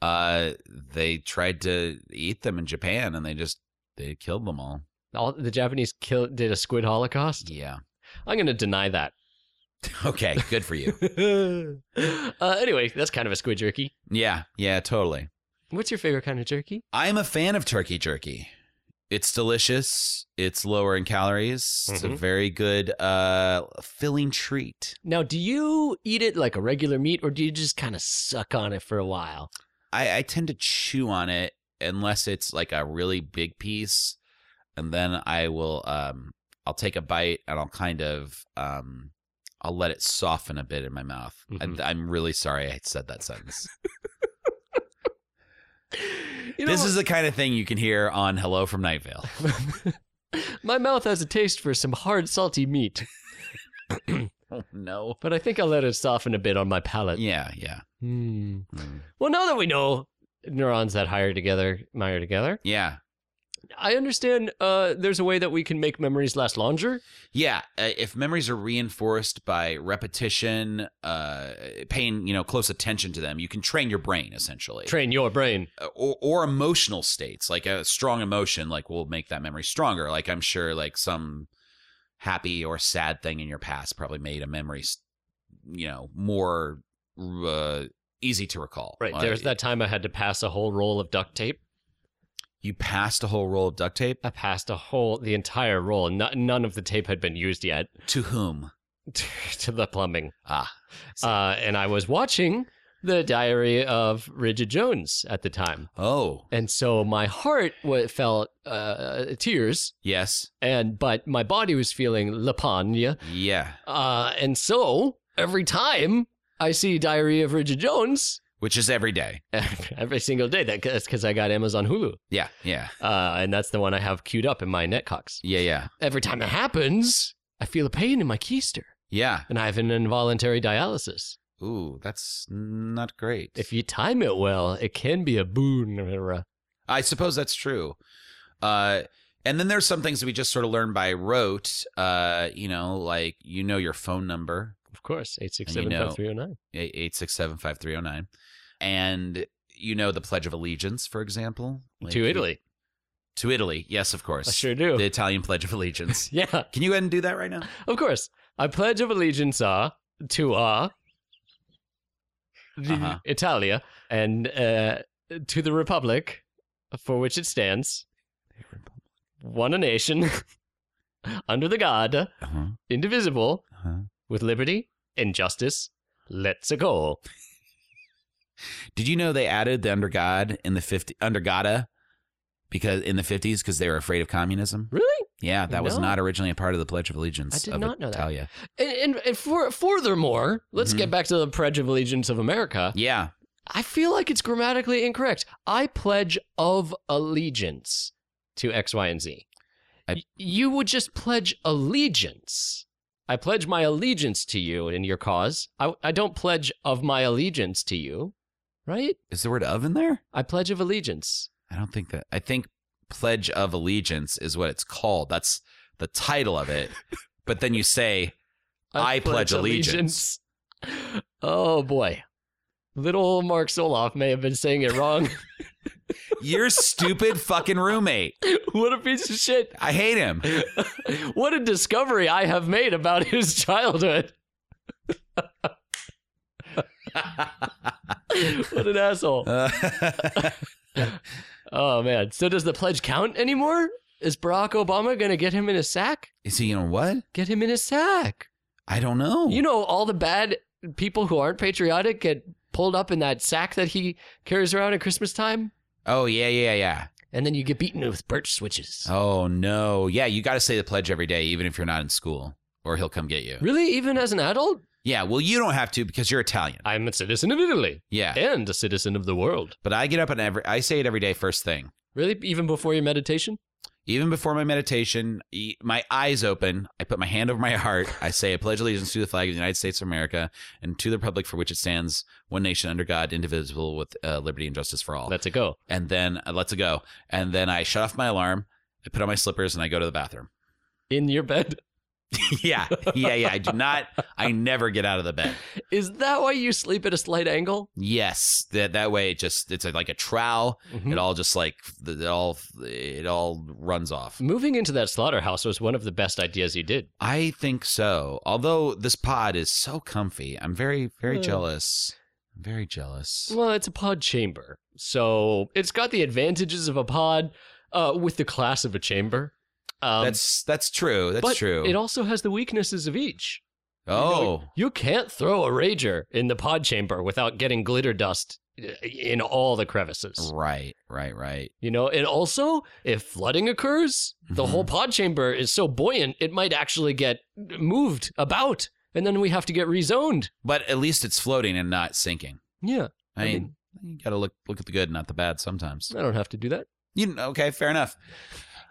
Speaker 3: Uh they tried to eat them in Japan and they just they killed them all.
Speaker 2: All the Japanese kill did a squid holocaust.
Speaker 3: Yeah.
Speaker 2: I'm going to deny
Speaker 3: *laughs*
Speaker 2: that.
Speaker 3: Okay, good for you.
Speaker 2: uh, anyway, that's kind of a squid jerky.
Speaker 3: yeah. Yeah, totally.
Speaker 2: What's your favorite kind of jerky?
Speaker 3: I'm a fan of turkey jerky. It's delicious. It's lower in calories. It's a
Speaker 2: Mhm.
Speaker 3: very good uh filling treat.
Speaker 2: Now, do you eat it like a regular meat, or do you just kind of suck on it for a while?
Speaker 3: I, I tend to chew on it unless it's like a really big piece, and then I will um I'll take a bite and I'll kind of um I'll let it soften a bit in my mouth.
Speaker 2: Mhm.
Speaker 3: I, I'm really sorry I said that *laughs* sentence.
Speaker 2: You
Speaker 3: this is the kind of thing you can hear on Hello from Night Vale.
Speaker 2: *laughs* my mouth has a taste for some hard, salty meat,
Speaker 3: *laughs* oh no.
Speaker 2: but I think I'll let it soften a bit on my palate.
Speaker 3: Yeah, yeah,
Speaker 2: Hmm.
Speaker 3: Mm.
Speaker 2: Well, now that we know neurons that hire together, mire together,
Speaker 3: yeah,
Speaker 2: I understand. Uh, there's a way that we can make memories last longer.
Speaker 3: yeah. Uh, if memories are reinforced by repetition, uh, paying you know close attention to them, you can train your brain essentially. Uh,
Speaker 2: Train your brain.
Speaker 3: or, or emotional states like a strong emotion like will make that memory stronger like i'm sure like some happy or sad thing in your past probably made a memory s- you know more uh, easy to recall
Speaker 2: Right.
Speaker 3: Uh,
Speaker 2: There's that time I had to pass a whole roll of duct tape.
Speaker 3: You passed a whole roll of duct tape.
Speaker 2: I passed a whole, the entire roll. No, none of the tape had been used yet *laughs*
Speaker 3: To whom?
Speaker 2: to the plumbing.
Speaker 3: Ah.
Speaker 2: Uh, and I was watching the Diary of Bridget Jones at the time,
Speaker 3: Oh,
Speaker 2: and so my heart wa felt uh, tears,
Speaker 3: yes,
Speaker 2: and but my body was feeling lapanya,
Speaker 3: yeah.
Speaker 2: uh, and so every time I see Diary of Bridget Jones. *laughs*
Speaker 3: Which is every day.
Speaker 2: Every single day. That- That's because I got Amazon Hulu,
Speaker 3: Yeah, yeah,
Speaker 2: uh, and that's the one I have queued up in my netcocks.
Speaker 3: yeah, yeah,
Speaker 2: Every time that happens, I feel a pain in my keister,
Speaker 3: yeah.
Speaker 2: and I have an involuntary dialysis.
Speaker 3: Ooh, that's not great.
Speaker 2: If you time it well, it can be a boon.
Speaker 3: I suppose that's true. Uh, and then there's some things that we just sort of learn by rote. Uh, you know, like you know your phone number,
Speaker 2: Of course, eight six
Speaker 3: And you
Speaker 2: seven
Speaker 3: know-
Speaker 2: five three zero nine.
Speaker 3: eight six seven five three zero nine, and you know the Pledge of Allegiance, for example. Like,
Speaker 2: to Italy.
Speaker 3: To Italy, yes, of course.
Speaker 2: I sure do.
Speaker 3: The Italian Pledge of
Speaker 2: *laughs*
Speaker 3: Allegiance.
Speaker 2: yeah,
Speaker 3: Can you go ahead and do that right now?
Speaker 2: of course. I pledge of allegiance uh, to uh, the
Speaker 3: Uh-huh.
Speaker 2: Italia and uh, to the republic for which it stands, one a nation, *laughs* under the God,
Speaker 3: Uh-huh.
Speaker 2: indivisible,
Speaker 3: Uh-huh.
Speaker 2: with liberty and justice. Let's go.
Speaker 3: Did you know they added the under God in the 50 under Gotta because in the 50s because they were afraid of communism?
Speaker 2: Really?
Speaker 3: Yeah, that was
Speaker 2: No.
Speaker 3: not originally a part of the Pledge of Allegiance.
Speaker 2: I did
Speaker 3: of
Speaker 2: not know that.
Speaker 3: Italia.
Speaker 2: And, and, and for, furthermore, let's
Speaker 3: Mhm.
Speaker 2: get back to the Pledge of Allegiance of America.
Speaker 3: Yeah,
Speaker 2: I feel like it's grammatically incorrect. I pledge of allegiance to X, Y, and Z.
Speaker 3: I-
Speaker 2: Y- you would just pledge allegiance. I pledge my allegiance to you and your cause. I, I don't pledge of my allegiance to you, right?
Speaker 3: is the word "of" in there?
Speaker 2: I pledge of allegiance.
Speaker 3: I don't think that. I think Pledge of Allegiance is what it's called. That's the title
Speaker 2: *laughs*
Speaker 3: of it. but then you say, I pledge
Speaker 2: allegiance. Oh boy. Little Mark Soloff may have been saying it wrong.
Speaker 3: *laughs*
Speaker 2: *laughs*
Speaker 3: "Your stupid fucking roommate."
Speaker 2: what a piece of shit.
Speaker 3: I
Speaker 2: *laughs*
Speaker 3: hate him.
Speaker 2: what a discovery I have made about his childhood. what an asshole.
Speaker 3: Uh, *laughs*
Speaker 2: Oh man. So does the pledge count anymore? Is Barack Obama gonna get him in a sack?
Speaker 3: is he on what?
Speaker 2: Get him in a sack.
Speaker 3: I don't know.
Speaker 2: You know all the bad people who aren't patriotic get pulled up in that sack that he carries around at Christmas time,
Speaker 3: oh yeah, yeah, yeah.
Speaker 2: and then you get beaten with birch switches.
Speaker 3: Oh no. Yeah, you got to say the pledge every day even if you're not in school or he'll come get you.
Speaker 2: Really? Even as an adult?
Speaker 3: Yeah, well you don't have to because you're Italian.
Speaker 2: I'm a citizen of Italy
Speaker 3: Yeah.
Speaker 2: and a citizen of the world.
Speaker 3: But I get up and every I say it every day first thing.
Speaker 2: Really? Even before your *laughs* meditation?
Speaker 3: Even before my meditation, e- my eyes open, I put my hand over my heart, I say I pledge allegiance to the flag of the United States of America and to the republic for which it stands, one nation under God, indivisible with uh, liberty and justice for all.
Speaker 2: That's a go.
Speaker 3: and then I let's go. And then I shut off my alarm, I put on my slippers and I go to the bathroom.
Speaker 2: In your bed.
Speaker 3: yeah. Yeah, yeah, I do not I never get out of the bed.
Speaker 2: Is that why you sleep at a slight angle?
Speaker 3: Yes, that that way it just it's like a trowel.
Speaker 2: Mm-hmm.
Speaker 3: It all just like it all it all runs off.
Speaker 2: Moving into that slaughterhouse was one of the best ideas you did.
Speaker 3: I think so. Although this pod is so comfy, I'm very very
Speaker 2: Uh.
Speaker 3: jealous. I'm very jealous.
Speaker 2: Well, it's a pod chamber, so it's got the advantages of a pod uh, with the class of a chamber. Um,
Speaker 3: that's that's true. That's
Speaker 2: but
Speaker 3: true.
Speaker 2: It also has the weaknesses of each. You know,
Speaker 3: oh,
Speaker 2: you can't throw a rager in the pod chamber without getting glitter dust uh, in all the crevices.
Speaker 3: right, right, right.
Speaker 2: You know, and also if flooding occurs, the
Speaker 3: Mhm.
Speaker 2: whole pod chamber is so buoyant it might actually get moved about, and then we have to get rezoned.
Speaker 3: But at least it's floating and not sinking.
Speaker 2: Yeah,
Speaker 3: I,
Speaker 2: I
Speaker 3: mean, you got to look look at the good, not the bad sometimes.
Speaker 2: I don't have to do that.
Speaker 3: You know, okay, fair enough.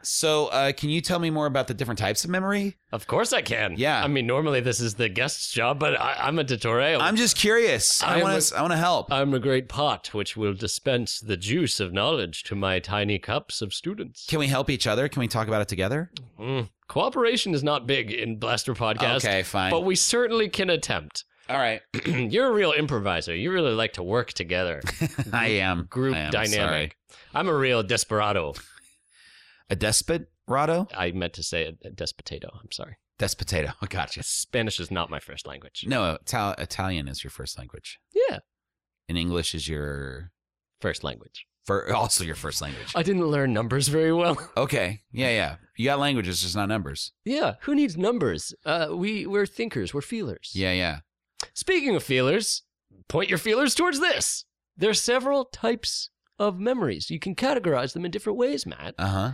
Speaker 3: So, uh, can you tell me more about the different types of memory?
Speaker 2: Of course I can.
Speaker 3: Yeah.
Speaker 2: I mean, normally this is the guest's job, but I, I'm a tutorial.
Speaker 3: I'm just curious. I
Speaker 2: I'm
Speaker 3: want
Speaker 2: a-
Speaker 3: to I want to help.
Speaker 2: I'm a great pot which will dispense the juice of knowledge to my tiny cups of students.
Speaker 3: Can we help each other? Can we talk about it together?
Speaker 2: Mm. Cooperation is not big in Blaster Podcast,
Speaker 3: Okay, fine.
Speaker 2: but we certainly can attempt. *clears throat* *laughs*
Speaker 3: All right.
Speaker 2: You're a real improviser. You really like to work together.
Speaker 3: I am.
Speaker 2: Group
Speaker 3: I am, sorry.
Speaker 2: dynamic. I'm a real desperado.
Speaker 3: A despot, Rado?
Speaker 2: I meant to say a, a despotato. I'm sorry.
Speaker 3: Despotato. I *laughs* gotcha.
Speaker 2: Spanish is not my first language.
Speaker 3: No, Ital- Italian is your first language,
Speaker 2: Yeah.
Speaker 3: and English is your
Speaker 2: First language.
Speaker 3: fir- *laughs* also your first language.
Speaker 2: I didn't learn numbers very well. *laughs*
Speaker 3: Okay. Yeah, yeah. You got languages, just not numbers.
Speaker 2: Yeah, who needs numbers? Uh, we we're thinkers. We're feelers.
Speaker 3: Yeah, yeah.
Speaker 2: Speaking of feelers, point your feelers towards this. There are several types of memories. You can categorize them in different ways, Matt.
Speaker 3: Uh huh.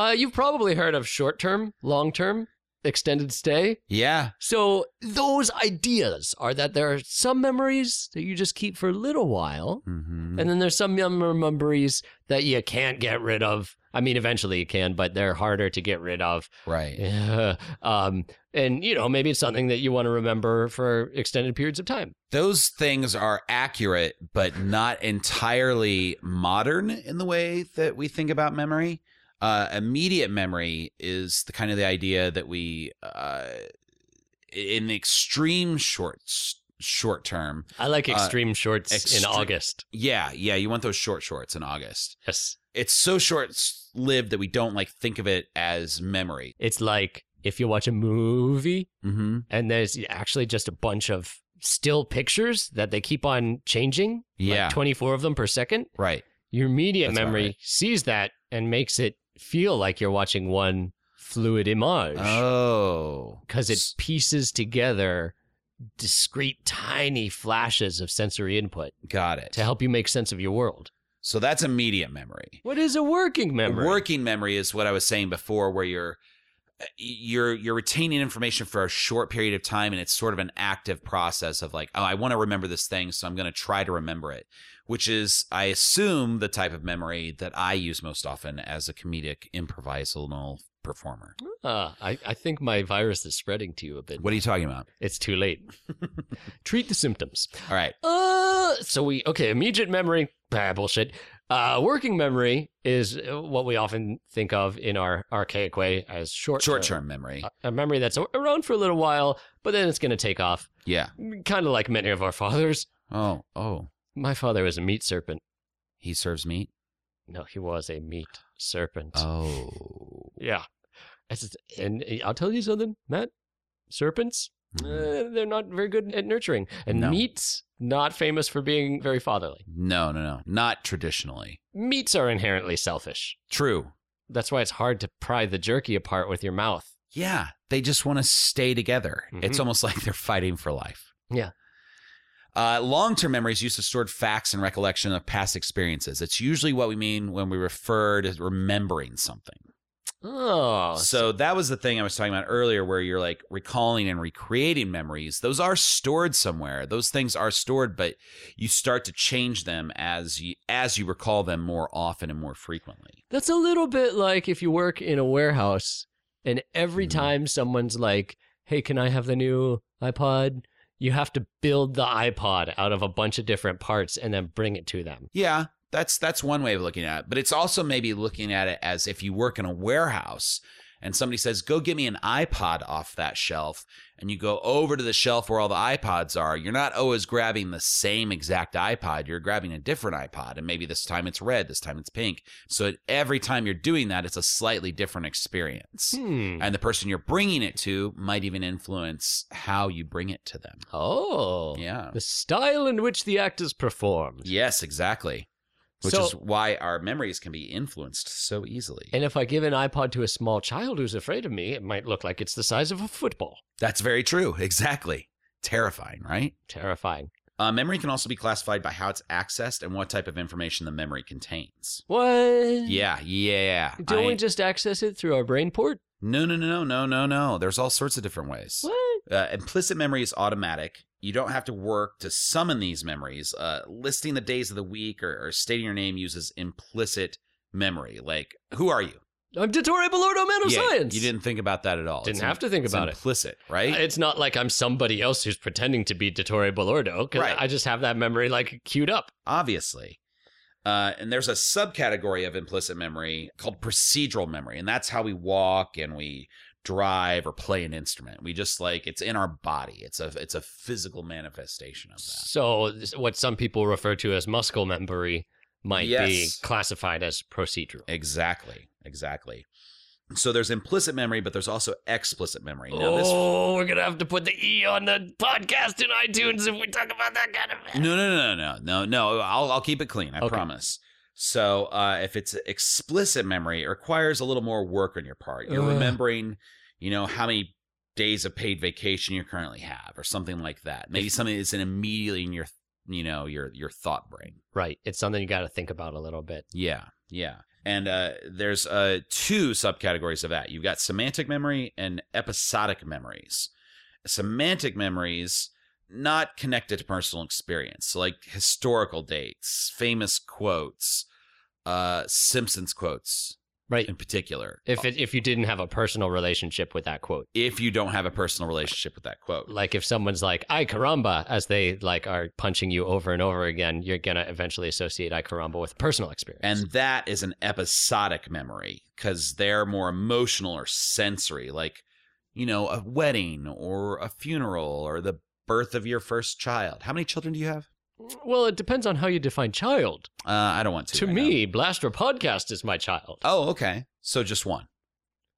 Speaker 2: Uh, you've probably heard of short term, long term, extended stay.
Speaker 3: Yeah.
Speaker 2: So, those ideas are that there are some memories that you just keep for a little while,
Speaker 3: Mm-hmm.
Speaker 2: and then there's some mem- memories that you can't get rid of. I mean, eventually you can, but they're harder to get rid of. *laughs*
Speaker 3: Right.
Speaker 2: um, and, you know, maybe it's something that you want to remember for extended periods of time.
Speaker 3: Those things are accurate, but not entirely modern in the way that we think about memory. Uh, immediate memory is the kind of the idea that we, uh, in extreme short short term.
Speaker 2: I like
Speaker 3: Uh,
Speaker 2: extreme shorts in
Speaker 3: extre-
Speaker 2: August.
Speaker 3: Yeah, yeah. You want those short shorts in August.
Speaker 2: Yes.
Speaker 3: it's so short lived that we don't like think of it as memory.
Speaker 2: It's like if you watch a movie
Speaker 3: Mm-hmm.
Speaker 2: and there's actually just a bunch of still pictures that they keep on changing. like
Speaker 3: Yeah.
Speaker 2: 24 of them per second.
Speaker 3: Right.
Speaker 2: Your immediate
Speaker 3: That's about
Speaker 2: memory
Speaker 3: right.
Speaker 2: sees that and makes it feel like you're watching one fluid image
Speaker 3: Oh.
Speaker 2: because it
Speaker 3: S-
Speaker 2: pieces together discrete, tiny flashes of sensory input
Speaker 3: got it.
Speaker 2: to help you make sense of your world.
Speaker 3: So that's immediate memory.
Speaker 2: What is a working memory?
Speaker 3: Working memory is what I was saying before, where you're uh, you're you're retaining information for a short period of time, and it's sort of an active process of like, oh, I want to remember this thing, so I'm going to try to remember it, which is, I assume, the type of memory that I use most often as a comedic improvisational performer.
Speaker 2: Uh, I, I think my virus is spreading to you a bit.
Speaker 3: What are you talking about?
Speaker 2: It's too
Speaker 3: *laughs*
Speaker 2: late. Treat the symptoms.
Speaker 3: All right.
Speaker 2: Uh, so we okay. Immediate memory, bah, bullshit. Uh, working memory is uh, what we often think of in our archaic way as short Uh,
Speaker 3: Short term memory.
Speaker 2: A memory that's a- around for a little while, but then it's going to take off.
Speaker 3: yeah.
Speaker 2: Kind of like many of our *laughs* fathers.
Speaker 3: Oh, oh.
Speaker 2: My father was a meat serpent.
Speaker 3: He serves meat.
Speaker 2: No, he was a meat serpent.
Speaker 3: Oh.
Speaker 2: Yeah. It's just- and uh, I'll tell you something, Matt. Serpents,
Speaker 3: Mm.
Speaker 2: uh, they're not very good at nurturing, and
Speaker 3: No.
Speaker 2: meats not famous for being very fatherly.
Speaker 3: No, no, no. Not traditionally.
Speaker 2: Meats are inherently selfish.
Speaker 3: True.
Speaker 2: That's why it's hard to pry the jerky apart with your mouth.
Speaker 3: Yeah. They just want to stay together. It's
Speaker 2: Mhm.
Speaker 3: almost *laughs* like they're fighting for life.
Speaker 2: Yeah.
Speaker 3: Uh, long-term memory is used to stored facts and recollection of past experiences. It's usually what we mean when we refer to remembering something.
Speaker 2: Oh,
Speaker 3: so that was the thing I was talking about earlier, where you're like recalling and recreating memories. Those are stored somewhere. Those things are stored, but you start to change them as you as you recall them more often and more frequently.
Speaker 2: that's a little bit like if you work in a warehouse and every
Speaker 3: Mhm.
Speaker 2: time someone's like, "Hey, can I have the new iPod?" You have to build the iPod out of a bunch of different parts and then bring it to them.
Speaker 3: Yeah, that's that's one way of looking at it. But it's also maybe looking at it as if you work in a warehouse and somebody says, "Go get me an iPod off that shelf," and you go over to the shelf where all the iPods are. You're not always grabbing the same exact iPod. You're grabbing a different iPod, and maybe this time it's red, this time it's pink. So every time you're doing that, it's a slightly different experience.
Speaker 2: Hmm.
Speaker 3: And the person you're bringing it to might even influence how you bring it to them.
Speaker 2: Oh,
Speaker 3: Yeah.
Speaker 2: the style in which the act is performed.
Speaker 3: Yes, exactly. Which
Speaker 2: So-
Speaker 3: is why our memories can be influenced so easily.
Speaker 2: And if I give an iPod to a small child who's afraid of me, it might look like it's the size of a football.
Speaker 3: That's very true. Exactly. Terrifying, right?
Speaker 2: Terrifying.
Speaker 3: Uh, memory can also be classified by how it's accessed and what type of information the memory contains.
Speaker 2: What?
Speaker 3: Yeah, yeah.
Speaker 2: Don't
Speaker 3: I-
Speaker 2: Mm. we just access it through our brain port?
Speaker 3: no, no, no, no, no, no, no. There's all sorts of different ways.
Speaker 2: What?
Speaker 3: Uh, implicit memory is automatic. You don't have to work to summon these memories. Uh, listing the days of the week or, or stating your name uses implicit memory. Like, who are you?
Speaker 2: I'm Dottore Belordo, man of
Speaker 3: Yeah,
Speaker 2: science.
Speaker 3: You didn't think about that at all.
Speaker 2: Didn't have to think about it.
Speaker 3: it's Implicit, right?
Speaker 2: It's not like I'm somebody else who's pretending to be Dottore Belordo, because
Speaker 3: Right.
Speaker 2: I just have that memory like queued up.
Speaker 3: obviously. Uh, and there's a subcategory of implicit memory called procedural memory, and that's how we walk and we drive or play an instrument. We just like it's in our body. It's a it's a physical manifestation of that.
Speaker 2: So this- what some people refer to as muscle memory might be
Speaker 3: Yes.
Speaker 2: classified as procedural.
Speaker 3: Exactly, exactly. So there's implicit memory, but there's also explicit memory. Now this
Speaker 2: oh, we're gonna have to put the E on the podcast in iTunes if we talk about that kind of.
Speaker 3: No, no, no, no, no, no. I'll I'll keep it clean. I
Speaker 2: Okay.
Speaker 3: promise. So uh, if it's explicit memory, it requires a little more work on your part. You're
Speaker 2: Ugh.
Speaker 3: remembering, you know, how many days of paid vacation you currently have, or something like that. Maybe something that's in immediately in your, you know, your your thought brain.
Speaker 2: Right. It's something you got to think about a little bit.
Speaker 3: Yeah, yeah. And uh, there's uh, two subcategories of that. You've got semantic memory and episodic memories. Semantic memories not connected to personal experience, so like historical dates, famous quotes, uh, Simpsons quotes
Speaker 2: Right.
Speaker 3: in particular.
Speaker 2: If it, if you didn't have a personal relationship with that quote,
Speaker 3: if you don't have a personal relationship with that quote,
Speaker 2: like if someone's like "I caramba" as they like are punching you over and over again, you're gonna eventually associate "I caramba" with personal experience.
Speaker 3: And that is an episodic memory because they're more emotional or sensory, like, you know, a wedding or a funeral or the birth of your first child. How many children do you have?
Speaker 2: well, it depends on how you define child.
Speaker 3: Uh, I don't want to.
Speaker 2: To
Speaker 3: right
Speaker 2: me, Blaster Podcast is my child.
Speaker 3: now. Oh, okay. So just one.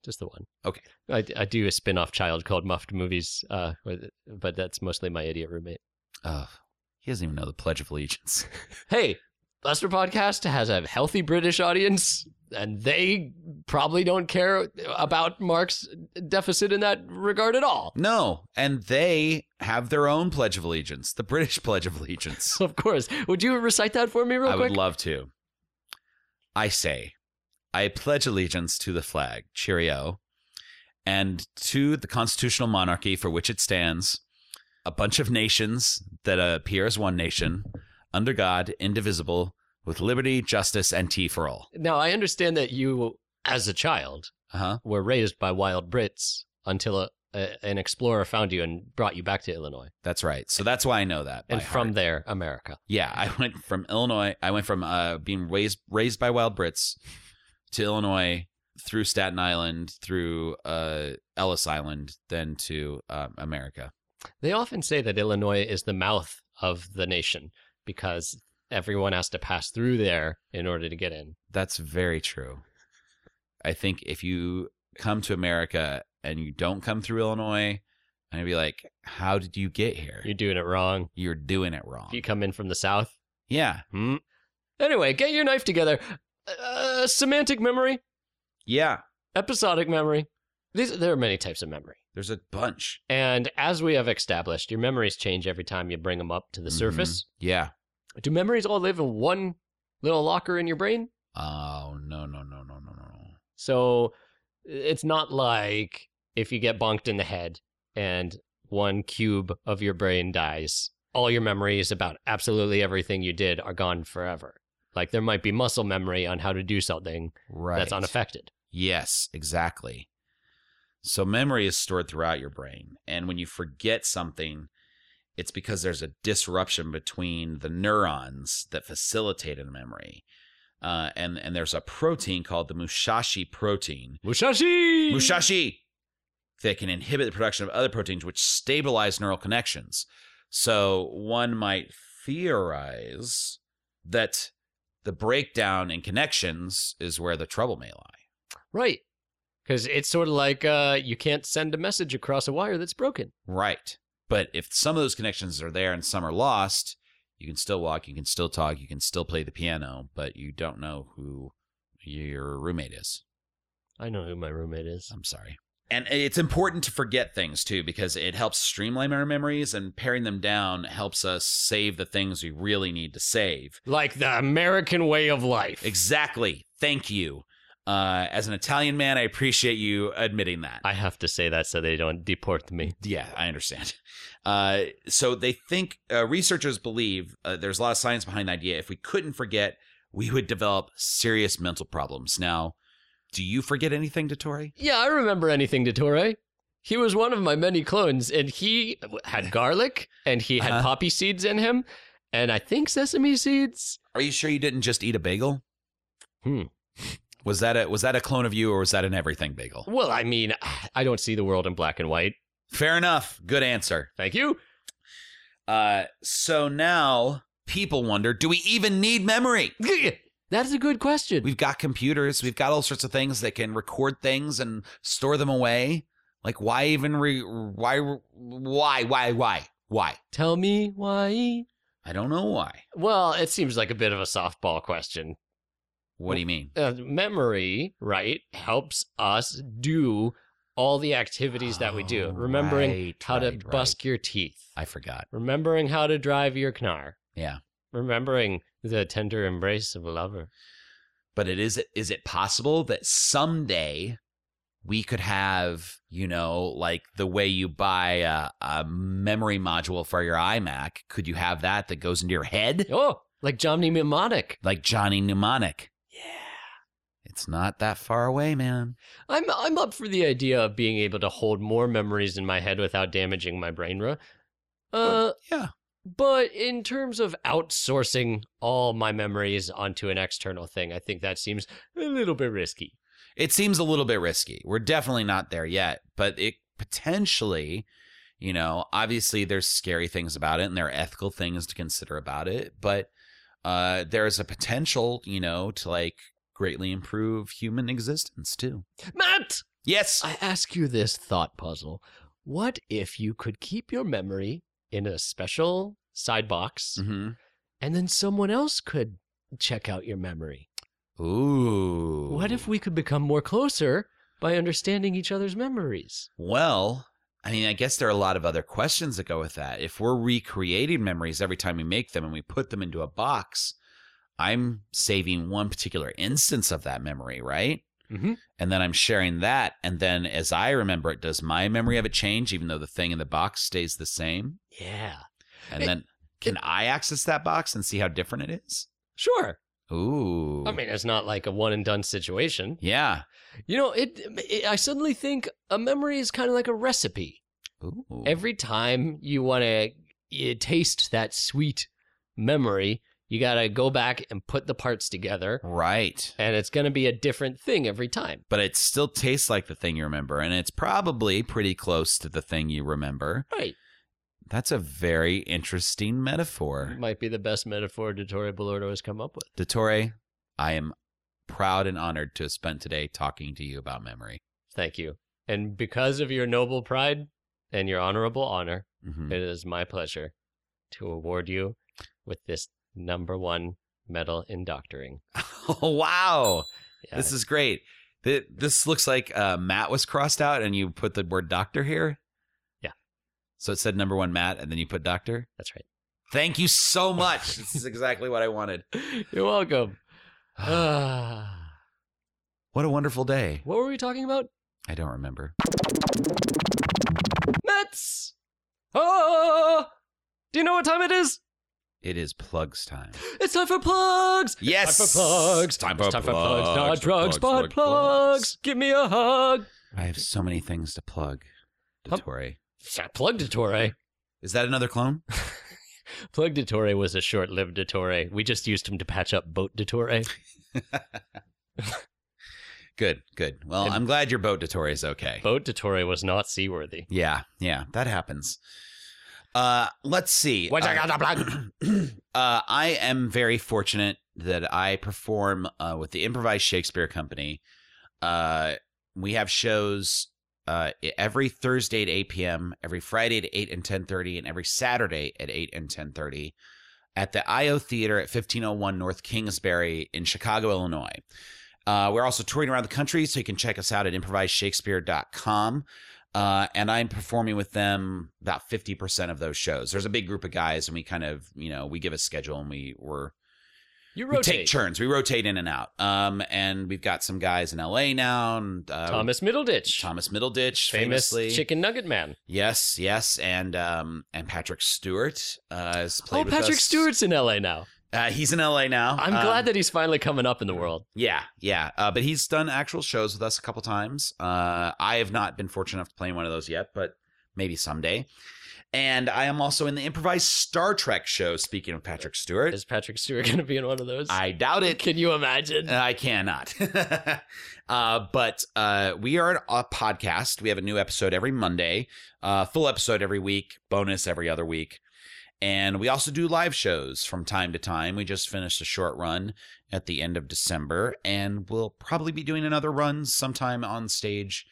Speaker 2: Just the one.
Speaker 3: Okay.
Speaker 2: I, I do a spin off child called Muffed Movies, uh, with, but that's mostly my idiot roommate.
Speaker 3: Ugh. He doesn't even know the Pledge of Allegiance. *laughs*
Speaker 2: Hey, Blaster Podcast has a healthy British audience, and they probably don't care about Mark's deficit in that regard at all. *laughs*
Speaker 3: No. And they have their own Pledge of Allegiance, the British *laughs* Pledge of Allegiance.
Speaker 2: Of course. Would you recite that for me real
Speaker 3: I
Speaker 2: quick?
Speaker 3: would love to. I say, I pledge allegiance to the flag, cheerio, and to the constitutional monarchy for which it stands, a bunch of nations that appear as one nation, under God, indivisible, with liberty, justice, and tea for all.
Speaker 2: now, I understand that you, as a child,
Speaker 3: Uh huh.
Speaker 2: were raised by wild Brits until a, a, an explorer found you and brought you back to Illinois.
Speaker 3: That's right. So that's why I know that. by
Speaker 2: And from
Speaker 3: heart.
Speaker 2: there, America.
Speaker 3: yeah, I *laughs* went from Illinois. I went from uh, being raised raised by wild Brits to Illinois through Staten Island, through uh, Ellis Island, then to um, America.
Speaker 2: They often say that Illinois is the mouth of the nation because everyone has to pass through there in order to get in.
Speaker 3: That's very true. I think if you come to America and you don't come through Illinois, I'm gonna be like, "How did you get here?
Speaker 2: You're doing it wrong.
Speaker 3: You're doing it wrong."
Speaker 2: If you come in from the south.
Speaker 3: yeah,
Speaker 2: Hmm. Anyway, get your knife together. Uh, semantic memory,
Speaker 3: yeah.
Speaker 2: episodic memory. These there are many types of memory.
Speaker 3: There's a bunch.
Speaker 2: And as we have established, your memories change every time you bring them up to the
Speaker 3: Mhm.
Speaker 2: surface.
Speaker 3: Yeah.
Speaker 2: Do memories all live in one little locker in your brain?
Speaker 3: Oh no no no no no no.
Speaker 2: So it's not like if you get bonked in the head and one cube of your brain dies, all your memories about absolutely everything you did are gone forever. Like there might be muscle memory on how to do something
Speaker 3: Right.
Speaker 2: that's unaffected.
Speaker 3: Yes, exactly. So memory is stored throughout your brain. And when you forget something, it's because there's a disruption between the neurons that facilitate a memory. Uh, and, and there's a protein called the Mushashi protein.
Speaker 2: Mushashi!
Speaker 3: Mushashi! That can inhibit the production of other proteins, which stabilize neural connections. So one might theorize that the breakdown in connections is where the trouble may lie.
Speaker 2: Right. Because it's sort of like uh, you can't send a message across a wire that's broken.
Speaker 3: Right. But if some of those connections are there and some are lost, you can still walk, you can still talk, you can still play the piano, but you don't know who your roommate is.
Speaker 2: I know who my roommate is.
Speaker 3: I'm sorry. And it's important to forget things too, because it helps streamline our memories and paring them down helps us save the things we really need to save.
Speaker 2: Like the American way of life.
Speaker 3: Exactly. Thank you. Uh, as an Italian man, I appreciate you admitting that.
Speaker 2: I have to say that so they don't deport me.
Speaker 3: Yeah, I understand. Uh, so they think uh, researchers believe uh, there's a lot of science behind the idea. If we couldn't forget, we would develop serious mental problems. Now, do you forget anything, Dottori?
Speaker 2: Yeah, I remember anything to Torre. He was one of my many clones, and he had garlic, and he had
Speaker 3: Uh-huh.
Speaker 2: poppy seeds in him, and I think sesame seeds.
Speaker 3: Are you sure you didn't just eat a bagel?
Speaker 2: Hmm.
Speaker 3: Was that a was that a clone of you, or was that an everything bagel?
Speaker 2: Well, I mean, I don't see the world in black and white.
Speaker 3: Fair enough. Good answer.
Speaker 2: Thank you.
Speaker 3: Uh, so now people wonder: Do we even need memory? *laughs*
Speaker 2: That's a good question.
Speaker 3: We've got computers. We've got all sorts of things that can record things and store them away. Like why even re- why why why why why?
Speaker 2: Tell me why.
Speaker 3: I don't know why.
Speaker 2: Well, it seems like a bit of a softball question.
Speaker 3: What do you mean?
Speaker 2: uh, memory, right, helps us do all the activities that we do.
Speaker 3: Oh,
Speaker 2: Remembering
Speaker 3: right,
Speaker 2: how
Speaker 3: right,
Speaker 2: to
Speaker 3: right.
Speaker 2: busk your teeth,
Speaker 3: I forgot.
Speaker 2: remembering how to drive your car.
Speaker 3: Yeah.
Speaker 2: Remembering the tender embrace of a lover.
Speaker 3: But it is is it possible that someday we could have, you know, like the way you buy a, a memory module for your iMac, could you have that that goes into your head?
Speaker 2: Oh, like Johnny Mnemonic.
Speaker 3: Like Johnny Mnemonic.
Speaker 2: Yeah.
Speaker 3: It's not that far away, man.
Speaker 2: I'm I'm up for the idea of being able to hold more memories in my head without damaging my brain. Ra. Uh,
Speaker 3: yeah.
Speaker 2: But in terms of outsourcing all my memories onto an external thing, I think that seems a little bit risky.
Speaker 3: It seems a little bit risky. We're definitely not there yet, but it potentially, you know, obviously there's scary things about it and there are ethical things to consider about it, but uh there is a potential, you know, to like greatly improve human existence too.
Speaker 2: Matt,
Speaker 3: Yes.
Speaker 2: I ask you this thought puzzle. What if you could keep your memory in a special side box
Speaker 3: hmm
Speaker 2: and then someone else could check out your memory?
Speaker 3: Ooh.
Speaker 2: What if we could become more closer by understanding each other's memories?
Speaker 3: Well, I mean, I guess there are a lot of other questions that go with that. If we're recreating memories every time we make them and we put them into a box, I'm saving one particular instance of that memory, right?
Speaker 2: Mhm.
Speaker 3: And then I'm sharing that. And then as I remember it, does my memory of it change, even though the thing in the box stays the same?
Speaker 2: Yeah.
Speaker 3: And
Speaker 2: It-
Speaker 3: then can I access that box and see how different it is?
Speaker 2: Sure.
Speaker 3: Ooh.
Speaker 2: I mean, it's not like a one and done situation.
Speaker 3: yeah.
Speaker 2: You know, it, it I suddenly think a memory is kind of like a recipe.
Speaker 3: Ooh.
Speaker 2: Every time you want to taste that sweet memory, you got to go back and put the parts together
Speaker 3: right.
Speaker 2: and it's going to be a different thing every time.
Speaker 3: But it still tastes like the thing you remember. And it's probably pretty close to the thing you remember.
Speaker 2: Right.
Speaker 3: That's a very interesting metaphor.
Speaker 2: Might be the best metaphor Dottore Bellordo has come up with.
Speaker 3: Dottore, I am proud and honored to have spent today talking to you about memory.
Speaker 2: Thank you. And because of your noble pride and your honorable honor,
Speaker 3: Mhm.
Speaker 2: it is my pleasure to award you with this number one medal in doctoring.
Speaker 3: *laughs* Oh, wow.
Speaker 2: Yeah.
Speaker 3: This is great. Th- This looks like uh, Matt was crossed out and you put the word doctor here.
Speaker 2: Yeah.
Speaker 3: So it said number one Matt and then you put doctor.
Speaker 2: That's right.
Speaker 3: Thank you
Speaker 2: *laughs*
Speaker 3: so much. this is exactly what I wanted.
Speaker 2: You're welcome. *sighs* Ah.
Speaker 3: What a wonderful day.
Speaker 2: what were we talking about?
Speaker 3: I don't remember.
Speaker 2: Mets! Oh! Do you know what time it is?
Speaker 3: It is plugs time.
Speaker 2: It's time for plugs!
Speaker 3: Yes.
Speaker 2: Time for plugs.
Speaker 3: Time
Speaker 2: It's
Speaker 3: for
Speaker 2: time for
Speaker 3: plugs.
Speaker 2: plugs. Not drugs, but plugs. Give me a hug.
Speaker 3: I have so many things to plug.
Speaker 2: Hum-
Speaker 3: Dottore.
Speaker 2: Plug Dottore.
Speaker 3: Is that
Speaker 2: *laughs*
Speaker 3: another clone?
Speaker 2: Plug Dottore was a short lived Dottore. We just used him to patch up Boat Dottore.
Speaker 3: Good, good. Well,
Speaker 2: And-
Speaker 3: I'm glad your boat Dottore is okay.
Speaker 2: Boat Dottore was not seaworthy.
Speaker 3: Yeah, yeah, that happens. Uh, let's see.
Speaker 2: What you
Speaker 3: Uh,
Speaker 2: got to
Speaker 3: *clears throat* uh, I am very fortunate that I perform uh, with the Improvised Shakespeare Company. Uh, we have shows uh, every Thursday at 8 p.m., every Friday at 8 and 10.30, and every Saturday at 8 and 10.30 at the IO Theater at 1501 North Kingsbury in Chicago, Illinois. Uh, we're also touring around the country, so you can check us out at improvisedshakespeare.com. Uh, and I'm performing with them about 50% of those shows. There's a big group of guys, and we kind of, you know, we give a schedule and we were
Speaker 2: You
Speaker 3: we take
Speaker 2: rotate.
Speaker 3: turns. We rotate in and out. Um, and we've got some guys in LA now. And, uh,
Speaker 2: Thomas Middleditch.
Speaker 3: Thomas
Speaker 2: famous
Speaker 3: Middleditch, famously.
Speaker 2: chicken nugget man.
Speaker 3: Yes, yes, and um, and Patrick Stewart uh, has played.
Speaker 2: oh,
Speaker 3: with
Speaker 2: Patrick
Speaker 3: us.
Speaker 2: Stewart's in LA now.
Speaker 3: Uh, he's in LA now.
Speaker 2: I'm
Speaker 3: Um,
Speaker 2: glad that he's finally coming up in the world.
Speaker 3: Yeah, yeah. Uh, but he's done actual shows with us a couple times. Uh, I have not been fortunate enough to play in one of those yet, but maybe someday. And I am also in the improvised Star Trek show. Speaking of Patrick Stewart,
Speaker 2: Is Patrick Stewart going to be in one of those?
Speaker 3: I doubt it.
Speaker 2: Can you imagine?
Speaker 3: Uh, I cannot. *laughs* uh, but uh, we are a podcast. We have a new episode every Monday, uh, full episode every week, bonus every other week. And we also do live shows from time to time. We just finished a short run at the end of December, and we'll probably be doing another run sometime on stage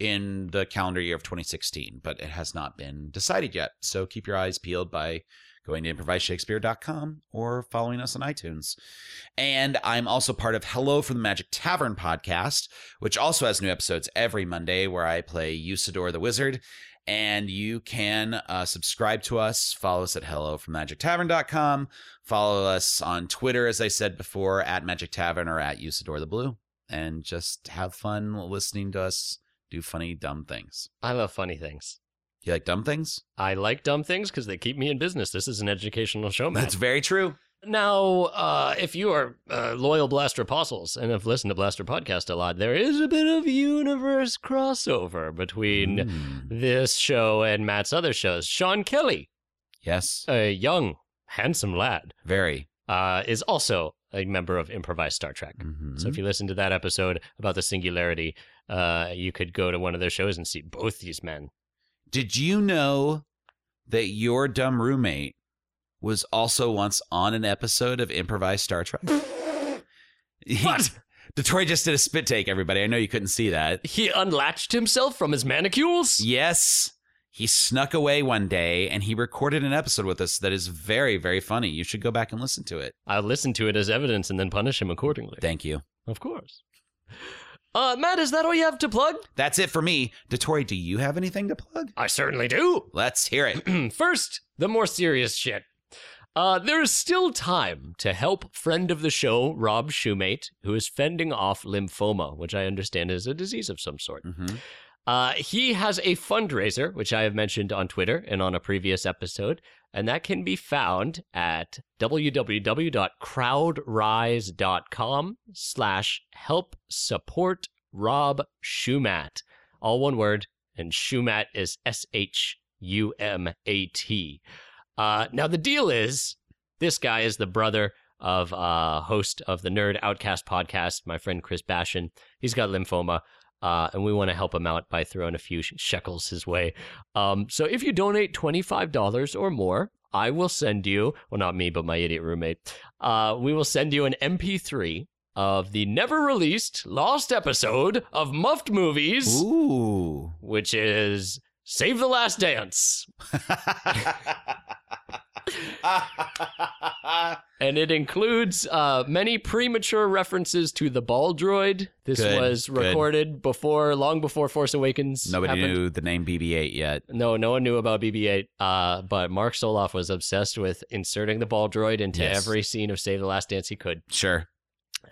Speaker 3: in the calendar year of 2016, but it has not been decided yet. So keep your eyes peeled by going to improviseshakespeare.com or following us on iTunes. And I'm also part of Hello from the Magic Tavern podcast, which also has new episodes every Monday where I play Usador the Wizard. And you can uh, subscribe to us, follow us at hello from magictavern.com, follow us on Twitter, as I said before, at Magic Tavern or at Usador the Blue, and just have fun listening to us do funny, dumb things.
Speaker 2: I love funny things.
Speaker 3: You like dumb things?
Speaker 2: I like dumb things because they keep me in business. This is an educational show, Oh, man.
Speaker 3: That's very true.
Speaker 2: Now, uh, if you are uh, loyal Blaster apostles and have listened to Blaster podcast a lot, there is a bit of universe crossover between
Speaker 3: Mm.
Speaker 2: this show and Matt's other shows. Sean Kelly,
Speaker 3: Yes,
Speaker 2: a young, handsome lad,
Speaker 3: very.
Speaker 2: uh, is also a member of Improvised Star Trek.
Speaker 3: Mhm.
Speaker 2: So if you listen to that episode about the singularity, uh, you could go to one of their shows and see both these men.
Speaker 3: Did you know that your dumb roommate was also once on an episode of Improvised
Speaker 2: *laughs*
Speaker 3: Star Trek?
Speaker 2: What?
Speaker 3: Detroit just did a spit take, everybody. I know you couldn't see that.
Speaker 2: He unlatched himself from his manicules.
Speaker 3: Yes, he snuck away one day and he recorded an episode with us that is very, very funny. You should go back and listen to it.
Speaker 2: I'll listen to it as evidence and then punish him accordingly.
Speaker 3: Thank you.
Speaker 2: Of course. Uh, Matt, is that all you have to plug?
Speaker 3: That's it for me. Detroit, do you have anything to plug?
Speaker 2: I certainly do. *clears throat*
Speaker 3: Let's hear it.
Speaker 2: First, the more serious shit. Uh, there is still time to help friend of the show, Rob Shoemate, who is fending off lymphoma, which I understand is a disease of some sort.
Speaker 3: Mhm.
Speaker 2: Uh, he has a fundraiser, which I have mentioned on Twitter and on a previous episode, and that can be found at www.crowdrise.com slash help support Rob Schumat. All one word, and Schumat is S-H-U-M-A-T. Uh, now, the deal is this guy is the brother of uh, host of the Nerd Outcast podcast, my friend Chris Bashan. He's got lymphoma uh, and we want to help him out by throwing a few sh- shekels his way. Um, so if you donate $25 or more, I will send you, well, not me, but my idiot roommate, uh, we will send you an MP3 of the never released lost episode of Muffed Movies, *laughs*
Speaker 3: Ooh.
Speaker 2: which is Save the Last
Speaker 3: *laughs*
Speaker 2: Dance. And it includes uh, many premature references to the ball droid. This
Speaker 3: Good,
Speaker 2: was
Speaker 3: good.
Speaker 2: recorded before, long before Force Awakens.
Speaker 3: Nobody
Speaker 2: happened.
Speaker 3: knew the name BB-8 yet.
Speaker 2: No, no one knew about BB-8, uh, but Mark Soloff was obsessed with inserting the ball droid into
Speaker 3: Yes.
Speaker 2: every scene of Save the Last Dance he could.
Speaker 3: Sure,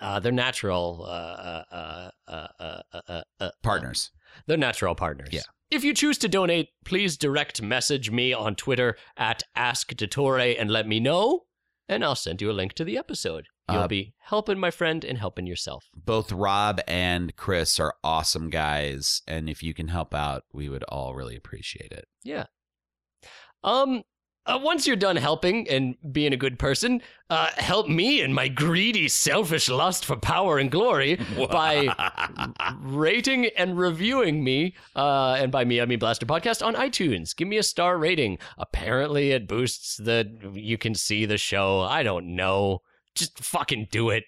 Speaker 2: Uh, they're natural. Uh, uh, uh, uh, uh, uh, uh,
Speaker 3: partners.
Speaker 2: they're natural partners.
Speaker 3: Yeah.
Speaker 2: If you choose to donate, please direct message me on Twitter at AskDetorre and let me know, and I'll send you a link to the episode. You'll
Speaker 3: Uh,
Speaker 2: be helping my friend and helping yourself.
Speaker 3: Both Rob and Chris are awesome guys, and if you can help out, we would all really appreciate it.
Speaker 2: Um, uh, once you're done helping and being a good person, uh, help me in my greedy, selfish lust for power and
Speaker 3: *laughs*
Speaker 2: glory by rating and reviewing me. Uh, and by me, I mean Blaster Podcast on iTunes. Give me a star rating. Apparently, it boosts the you can see the show. I don't know. Just fucking do it.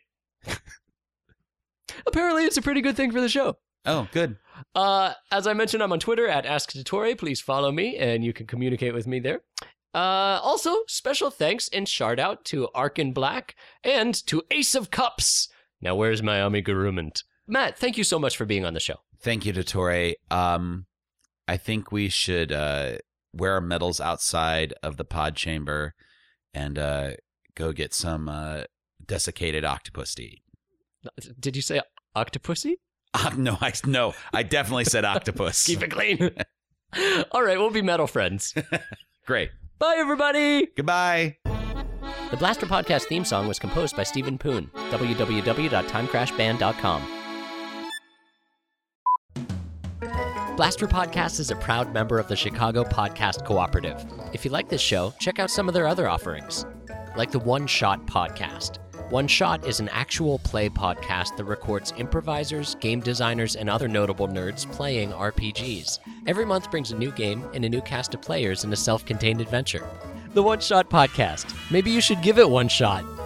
Speaker 2: *laughs* Apparently, it's a pretty good thing for the show.
Speaker 3: oh, good.
Speaker 2: Uh, as I mentioned, I'm on Twitter at AskDetorre. Please follow me, and you can communicate with me there. Uh, also, special thanks and shout out to Arkin Black and to Ace of Cups. Now, where's my amigurument? Matt, thank you so much for being on the show.
Speaker 3: Thank you, Dottore. Um, I think we should uh, wear our medals outside of the pod chamber and uh, go get some uh, desiccated octopus to eat. *laughs*
Speaker 2: Did you say octopussy?
Speaker 3: Uh, no, I no, I definitely said octopus.
Speaker 2: *laughs* Keep it clean. All right, we'll be metal friends.
Speaker 3: Great.
Speaker 2: Bye, everybody.
Speaker 3: Goodbye.
Speaker 2: The Blaster Podcast theme song was composed by Stephen Poon. www.timecrashband.com. Blaster Podcast is a proud member of the Chicago Podcast Cooperative. If you like this show, check out some of their other offerings, like the One Shot Podcast. One Shot is an actual play podcast that records improvisers, game designers, and other notable nerds playing RPGs. Every month brings a new game and a new cast of players in a self contained adventure. The One Shot Podcast. Maybe you should give it one shot.